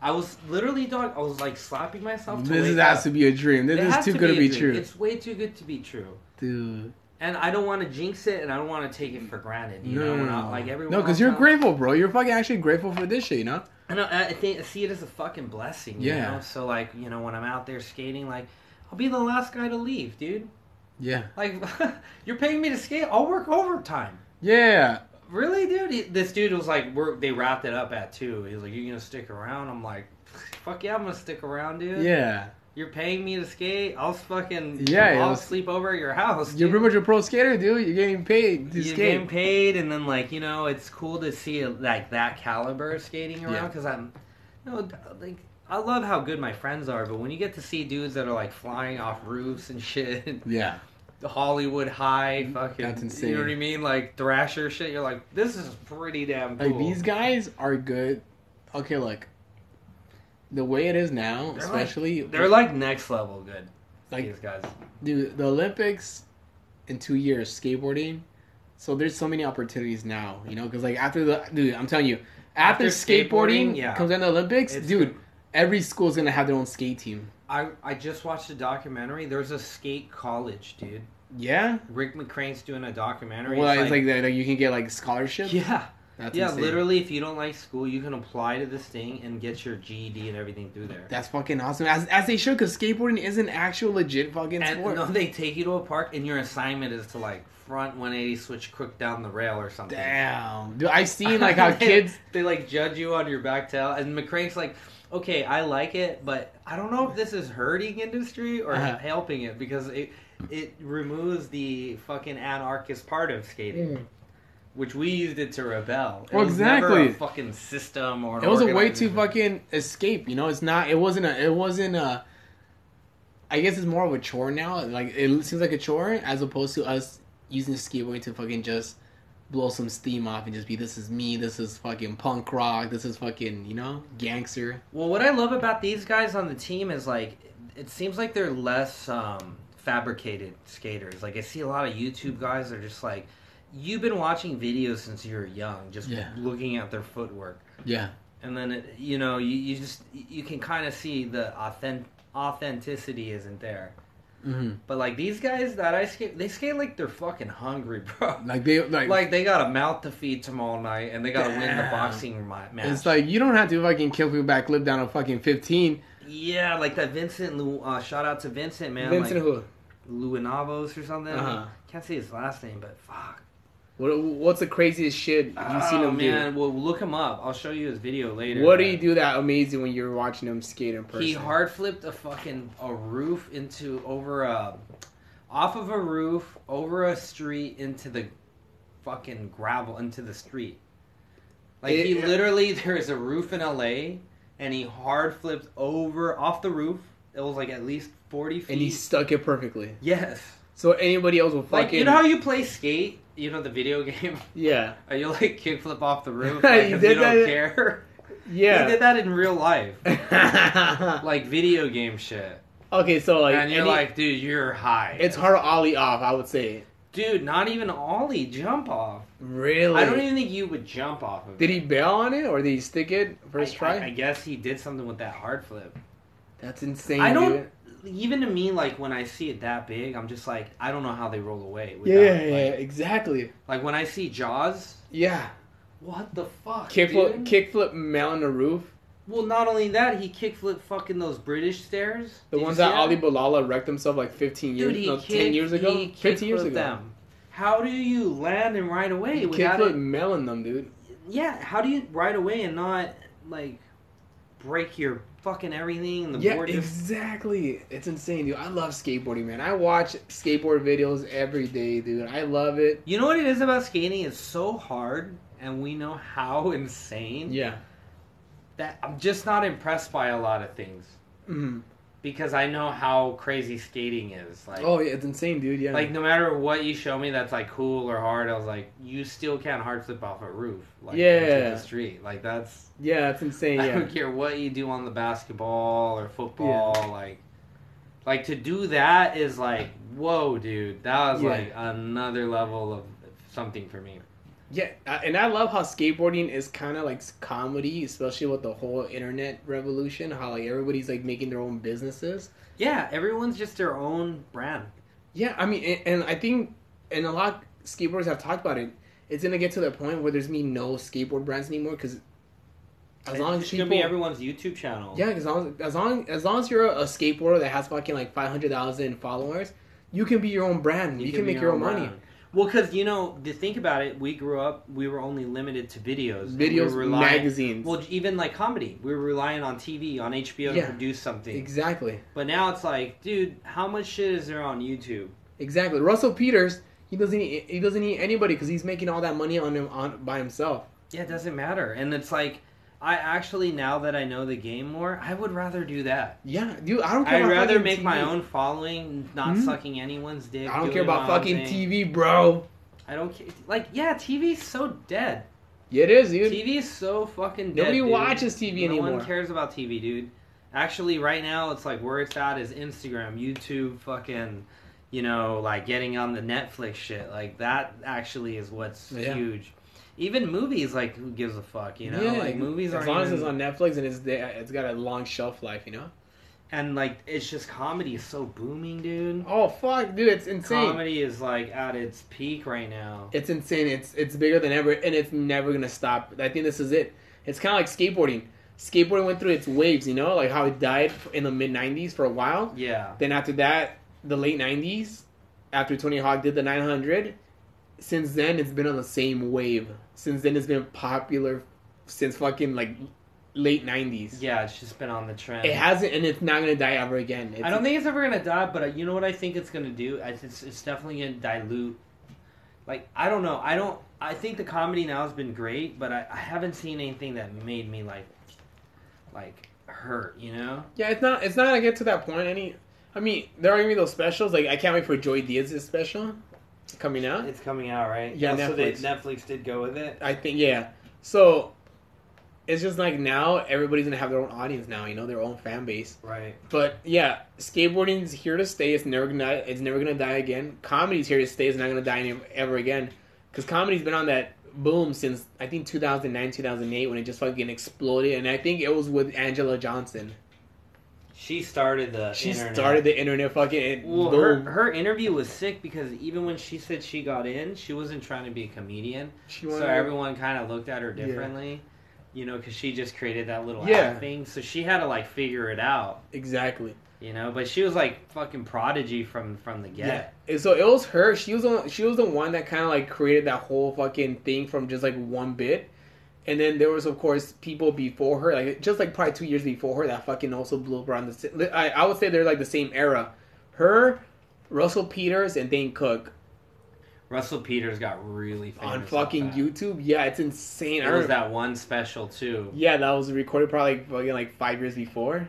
I was literally dog. I was like slapping myself. To
This
wake
has
up.
to be a dream.
It
This
has
is too good to
a
be
dream.
true,
It's way too good to be true.
dude.
And I don't want to jinx it, and I don't want to take it for granted. You
No,
know,
no,
We're
no,
not,
no.
like everyone.
no, because
else
you're
out
grateful, bro. You're fucking actually grateful for this shit, you know?
I know. I I think I see it as a fucking blessing. You
Yeah.
Know? So like, you know, when I'm out there skating, like, I'll be the last guy to leave, dude.
Yeah,
Like, *laughs* you're paying me to skate. I'll work overtime.
yeah.
Really, dude? He- This dude was like, we're, they wrapped it up at two. He was like, you gonna stick around? I'm like, fuck yeah, I'm gonna stick around, dude.
Yeah,
You're paying me to skate. I'll fucking
Yeah, it
I'll
was-
sleep over at your house.
you're
dude.
pretty much a pro skater, dude. You're getting paid to
you
skate.
getting paid, and then like you know, it's cool to see like that caliber of skating around
Yeah.
because I'm, you know, like I love how good my friends are, but when you get to see dudes that are like flying off roofs and *laughs* shit,
Yeah,
Hollywood high, fucking,
Mm, That's insane.
you know what I mean, like thrasher shit, you're like, this is pretty damn cool.
like these guys are good. Okay, look, the way it is now,
They're like-
especially
They're like next level good.
Like-
these guys.
dude, the Olympics in two years skateboarding. So there's so many opportunities now, you know, because like after the dude, I'm telling you, after,
After
skateboarding,
skateboarding, yeah.
comes down to Olympics,
It's-
dude. Every school's gonna have their own skate team.
I I just watched a documentary. There's a skate college, dude.
Yeah,
Rick McCrane's doing a documentary.
well,
It's
it's like, that, like you can get like scholarships.
*laughs* yeah.
That's
Yeah,
insane.
literally, if you don't like school, you can apply to this thing and get your GED and everything through there.
That's fucking awesome. As, as they should, because skateboarding is an actual legit fucking
And
sport.
no, they take you to a park, and your assignment is to like front 180, switch quick down the rail or something. *laughs*
Damn, dude, I've seen like how kids. *laughs*
they like judge you on your back tail, and McCrane's like, "Okay, I like it, but I don't know if this is hurting industry or
Uh-huh.
helping it because it it removes the fucking anarchist part of skating." Which we used it to rebel. It
Mm. Well,
was never a
exactly.
fucking system or. an
It was a way to
organization.
fucking escape. You know, it's not. It wasn't a. It wasn't a. I guess it's more of a chore now. Like it seems like a chore as opposed to us using skateboarding to fucking just blow some steam off and just be this is me. This is fucking punk rock. This is fucking you know gangster.
Well, what I love about these guys on the team is like, it seems like they're less um, fabricated skaters. Like I see a lot of YouTube guys that are just like, you've been watching videos since you were young, just
Yeah.
looking at their footwork,
Yeah,
and then it, you know you, you just you can kind of see the authentic authenticity isn't there.
Mm-hmm.
Mhm.
But like these guys that I skate, they skate like they're fucking hungry, *laughs* bro.
Like they like,
Like they got a mouth to feed tomorrow night, and they got to win the
Damn.
boxing ma- match.
it's like you don't have to fucking kill people back lip down to fucking fifteen.
yeah, like that Vincent. Lu- uh, shout out to Vincent, man.
Vincent
like,
who?
Luinavos or something.
Uh-huh.
Can't say his last name, but fuck.
What, what's the craziest shit you've seen
oh
him
man, well look him up. I'll show you his video later.
do? What do
but
you do that amazing when you're watching him skate in person?
He hard flipped a fucking a roof into over a off of a roof over a street into the fucking gravel into the street. Like he
It-
literally *laughs* there is a roof in LA and he hard flipped over off the roof. It was like at least forty feet.
and he stuck it perfectly.
yes.
So anybody else will fucking
Like you know how you play skate, you know the video *laughs* game?
yeah
Are you like kickflip off
*laughs*
the roof?
He
Like, 'cause you
did
don't
that-
care. *laughs* He
yeah.
did that in
*laughs*
real life, like video game shit.
okay, so like
and you're
any-
like, dude, you're high.
it's hard to ollie off. I would say.
dude, not even ollie jump off.
Really?
I don't even think you would jump off of
Did
it.
he bail on it or did he stick it first
I,
try?
I, I guess he did something with that hard flip.
That's insane.
I don't.
dude.
Even to me, like when I see it that big, I'm just like, I don't know how they roll away.
Yeah,
Without,
yeah,
like,
yeah, exactly.
Like when I see Jaws,
Yeah.
what the fuck,
Kickflip,
dude?
kickflip, mountain the roof.
Well, not only that, he kickflip fucking those British stairs.
The
Did you
ones
see
that Ali Balala wrecked himself like 15 years,
Dude, he
no,
kicked,
10 years ago,
he
15 years
kickflipped
ago.
Them. How do you land and right away
He
without
kickflip
it?
melon them, dude.
Yeah, how do you right away and not like break your fucking everything and the
Yeah,
board? Just,
exactly. It's insane, dude. I love skateboarding, man. I watch skateboard videos every day, dude. I love it.
you know what it is about skating? It's so hard, and we know how *laughs* insane
Yeah.
that I'm just not impressed by a lot of things
Mhm.
because I know how crazy skating is. Like,
Oh, yeah, it's insane, dude. Yeah.
like no matter what you show me that's like cool or hard, I was like, you still can't hard flip off a roof, like into
Yeah.
the street. Like that's *laughs*
yeah, it's insane.
I
Yeah.
don't care what you do on the basketball or football, like like to do that is like, whoa, dude, that was
Yeah.
like another level of something for me.
Yeah, I- and I love how skateboarding is kind of like s- comedy, especially with the whole internet revolution. How like everybody's like making their own businesses.
Yeah, everyone's just their own brand.
Yeah, I mean, and, and I think, and a lot of skateboarders have talked about it. It's gonna get to the point where there's gonna be no skateboard brands anymore because as long as
it's gonna
people,
be everyone's YouTube channel.
yeah, 'cause as long as, as long as long as you're a, skateboarder that has fucking like five hundred thousand followers, you can be your own brand. You, can,
be
make your own, money.
brand. Well, because you know, to think about it, we grew up, we were only limited to videos. and we
Videos,
were
magazines,
Well, even like comedy, we were relying on TV, on HBO
Yeah.
to produce something.
exactly.
But now it's like, dude, how much shit is there on YouTube?
Exactly. Russell Peters, he doesn't need, he doesn't need anybody because he's making all that money on him on by himself.
Yeah, it doesn't matter. And it's like, I actually now that I know the game more, I would rather do that.
Yeah, dude, I don't care.
I'd
about
rather
fucking
make my
TV.
own following, not
Mhm.
sucking anyone's dick.
I don't
doing
care about
my own
fucking
thing.
TV, bro.
I don't care. Like, yeah, TV's so dead.
Yeah, it is, dude.
TV's so fucking dead.
Nobody
dude.
watches TV
no
anymore.
one cares about TV, dude. Actually, right now, it's like where it's at is Instagram, YouTube, fucking, you know, like getting on the Netflix shit. Like that actually is what's
Yeah.
huge. Even movies, like who gives a fuck, you know?
Yeah,
like
as
movies aren't
long as
even-
it's on Netflix and it's there, it's got a long shelf life, you know.
and like it's just comedy is so booming, dude.
Oh fuck, dude, it's insane.
Comedy is like at its peak right now.
It's insane. It's it's bigger than ever, and it's never gonna stop. I think this is it. It's kind of like skateboarding. Skateboarding went through its waves, you know, like how it died in the mid '90s for a while.
Yeah,
Then after that, the late '90s, after Tony Hawk did the 900, since then it's been on the same wave. Since then it's been popular since fucking like late '90s.
yeah, it's just been on the trend.
It hasn't, and it's not gonna die ever again. It's,
I don't think it's ever gonna die, but uh, you know what I think it's gonna do? I- It's, it's definitely gonna dilute. Like I don't know. I don't. I think the comedy now has been great, but I, I haven't seen anything that made me like, like hurt. You know?
Yeah, it's not. It's not gonna get to that point. Any. I mean, there are gonna be those specials. Like I can't wait for Joy Diaz's special coming out.
It's coming out right.
Yeah,
Also, they-
Netflix.
Netflix did go with it.
I think yeah. So it's just like now everybody's gonna have their own audience now. You know, their own fan base.
Right.
But yeah, skateboarding's here to stay. It's never gonna. It's never gonna die again. Comedy's here to stay. It's not gonna die any, ever again. Because comedy's been on that boom since I think 2009, 2008 when it just fucking exploded. And I think it was with Angela Johnson.
She started the.
She
internet.
started the internet fucking. and
Well, her,
boom.
her interview was sick because even when she said she got in, she wasn't trying to be a comedian.
She
So
wanted.
everyone kind of looked at her
Yeah.
differently, you know, because she just created that little
Yeah.
app thing. So she had to like figure it out,
exactly.
you know. But she was like fucking prodigy from from the get.
Yeah. And so it was her. She was the, she was the one that kind of like created that whole fucking thing from just like one bit. And then there was of course people before her, like just like probably two years before her, that fucking also blew up around the. sa- I, I would say they're like the same era. Her, Russell Peters, and Dane Cook
Russell Peters got really famous
on
off
fucking
that.
YouTube. Yeah, it's insane. I
There was
remember-
that one special too.
Yeah, that was recorded probably like, fucking like five years before.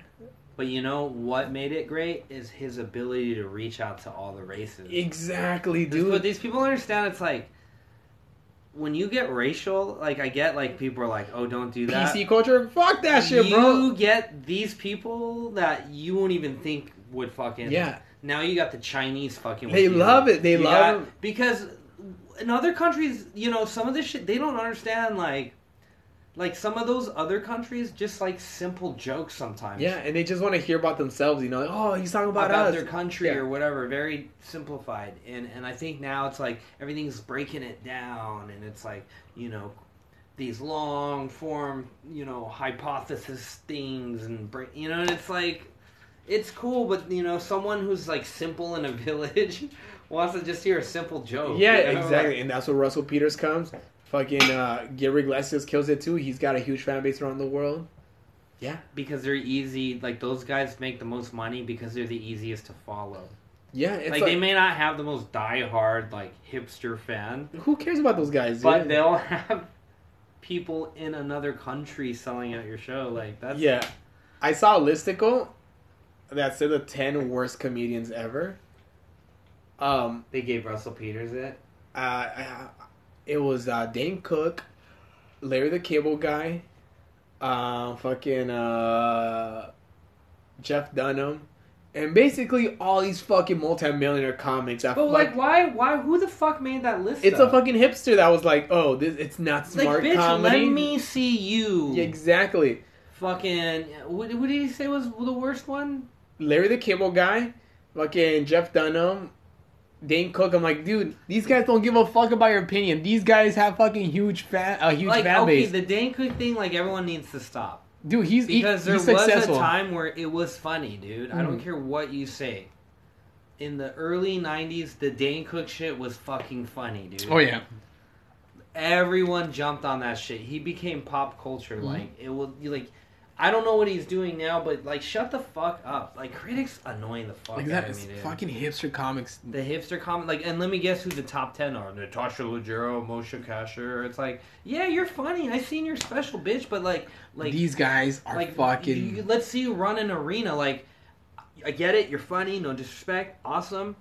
But you know what made it great is his ability to reach out to all the races.
Exactly,
This-
dude.
What these people don't understand, it's like when you get racial, like I get like people are like, oh, don't do that.
PC culture, fuck that shit,
you
bro.
get these people that you won't even think would fucking.
Yeah,
Now you got the Chinese fucking.
They
with you.
love it. They
You
love
got- because in other countries, you know, some of this shit they don't understand. Like, like some of those other countries, just like simple jokes sometimes.
yeah, and they just want to hear about themselves. You know, like, oh, he's talking about,
about,
us.
their country
Yeah.
or whatever. Very simplified, and and I think now it's like everything's breaking it down, and it's like you know these long form you know hypothesis things, and bring, you know, and it's like it's cool, but you know someone who's like simple in a *laughs* village wants to just hear a simple joke.
Yeah,
you know?
exactly. And that's where Russell Peters comes. Fucking uh, Gary Iglesias kills it too. He's got a huge fan base around the world.
because they're easy. Like those guys make the most money because they're the easiest to follow.
Yeah, it's
like,
like,
they may not have the most diehard like hipster fan.
who cares about those guys?
But
dude?
they'll have people in another country selling out your show. Like that's
yeah, I saw a listicle that said the ten worst comedians ever. Um,
They gave Russell Peters it.
uh, uh, it was uh, Dane Cook, Larry the Cable Guy, uh, fucking uh, Jeff Dunham, and basically all these fucking multimillionaire comics. I
But like, why? Why? Who the fuck made that list?
It's
though?
a fucking hipster that was like, "Oh, this it's not
like,
smart
bitch.
comedy."
Let me see you.
Yeah, exactly.
Fucking. What, what did he say was the worst one?
Larry the Cable Guy, fucking Jeff Dunham, Dane Cook. I'm like, dude, these guys don't give a fuck about your opinion. These guys have fucking huge fan, a huge
like,
fan
okay,
base.
the Dan Cook thing. Like, everyone needs to stop
dude, he's
e-
he-
because there
he's
was
successful.
a time where it was funny, dude. I don't
Mhm.
care what you say. In the early '90s, the Dan Cook shit was fucking funny, dude.
Oh yeah.
everyone jumped on that shit. He became pop culture.
Mhm.
Like it will you like I don't know what he's doing now, but like shut the fuck up. Like critics annoying the fuck
Like
out
that
of
is
me, dude.
fucking hipster comics.
The hipster comment like and let me guess who the top ten are. Natasha Leggero, Moshe Kasher. It's like, yeah, you're funny. I seen your special bitch, but like like
These guys are
like
fucking.
you- let's see you run an arena. Like I get it, you're funny, no disrespect, awesome.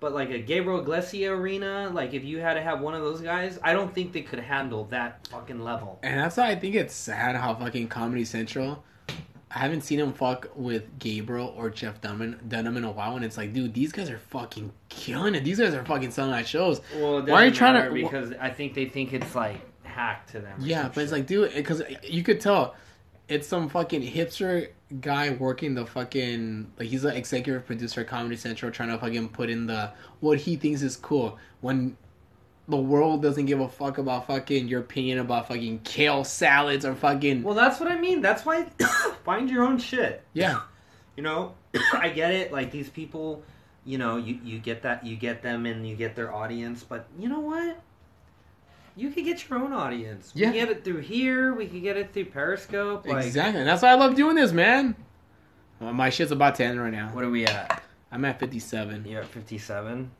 But like a Gabriel Iglesias arena, like if you had to have one of those guys, I don't think they could handle that fucking level.
And that's why I think it's sad how fucking Comedy Central. I haven't seen him fuck with Gabriel or Jeff Dunham, Dunham in a while, and it's like, dude, these guys are fucking killing it. These guys are fucking selling out shows.
Well, it
Why are you
doesn't
trying to-
matter Because I think they think it's like hacked to them. or
Yeah,
some
but it's
shit.
like, dude, because you could tell it's some fucking hipster guy working the fucking like he's an executive producer at Comedy Central trying to fucking put in the what he thinks is cool when the world doesn't give a fuck about fucking your opinion about fucking kale salads or fucking
Well, that's what I mean. That's why *coughs* find your own shit.
yeah
you know *coughs* i get it like these people you know you, you get that you get them and you get their audience but you know what you could get your own audience
Yeah.
we get it through here we could get it through periscope *laughs* like
exactly. And that's why I love doing this, man. Well, my shit's about to end right now.
what are we at
I'm at 57.
you're at 57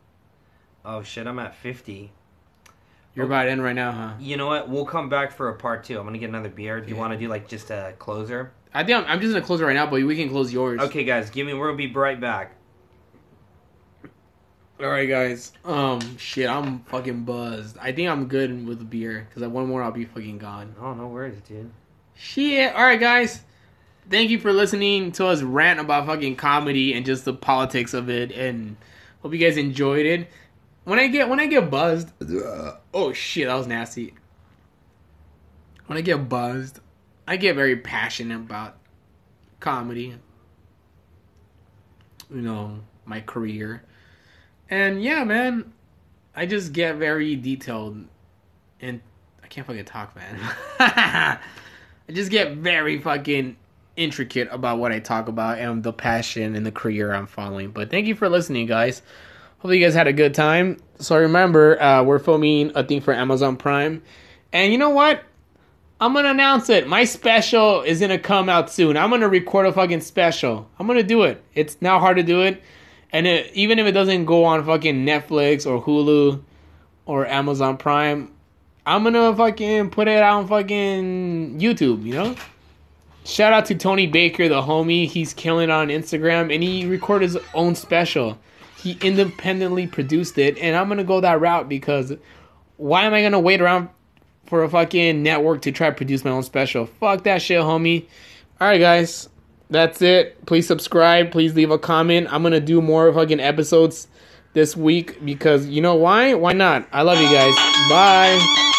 oh shit i'm at 50
You're about to end right now, huh?
you know what we'll come back for a part two i'm gonna get another beer do you
Yeah.
want to do like just a closer
I think I'm, I'm just gonna close it right now, but we can close yours.
okay guys give me we're gonna be right back
All right, guys.
Um, shit, I'm fucking buzzed. I think I'm good with beer because one more I'll be fucking gone.
oh no worries dude
Shit. All right, guys. Thank you for listening to us rant about fucking comedy and just the politics of it, and hope you guys enjoyed it. When I get when I get buzzed, oh shit, that was nasty. When I get buzzed, I get very passionate about comedy you know, my career. And yeah, man, I just get very detailed and I can't fucking talk, man. *laughs* I just get very fucking intricate about what I talk about and the passion and the career I'm following. But thank you for listening, guys. Hopefully, you guys had a good time. So remember, uh, we're filming a thing for Amazon Prime. And you know what? I'm gonna announce it. My special is gonna come out soon. I'm gonna record a fucking special. I'm gonna do it. It's now hard to do it, and it, even if it doesn't go on fucking Netflix or Hulu or Amazon Prime, I'm gonna fucking put it out on fucking YouTube. You know. Shout out to Tony Baker, the homie. He's killing it on Instagram, and he recorded his own special. He independently produced it, and I'm gonna go that route because why am I gonna wait around for a fucking network to try to produce my own special. Fuck that shit, homie. All right, guys, that's it. Please subscribe. Please leave a comment. I'm gonna do more fucking episodes this week because you know why? Why not? I love you guys. Bye.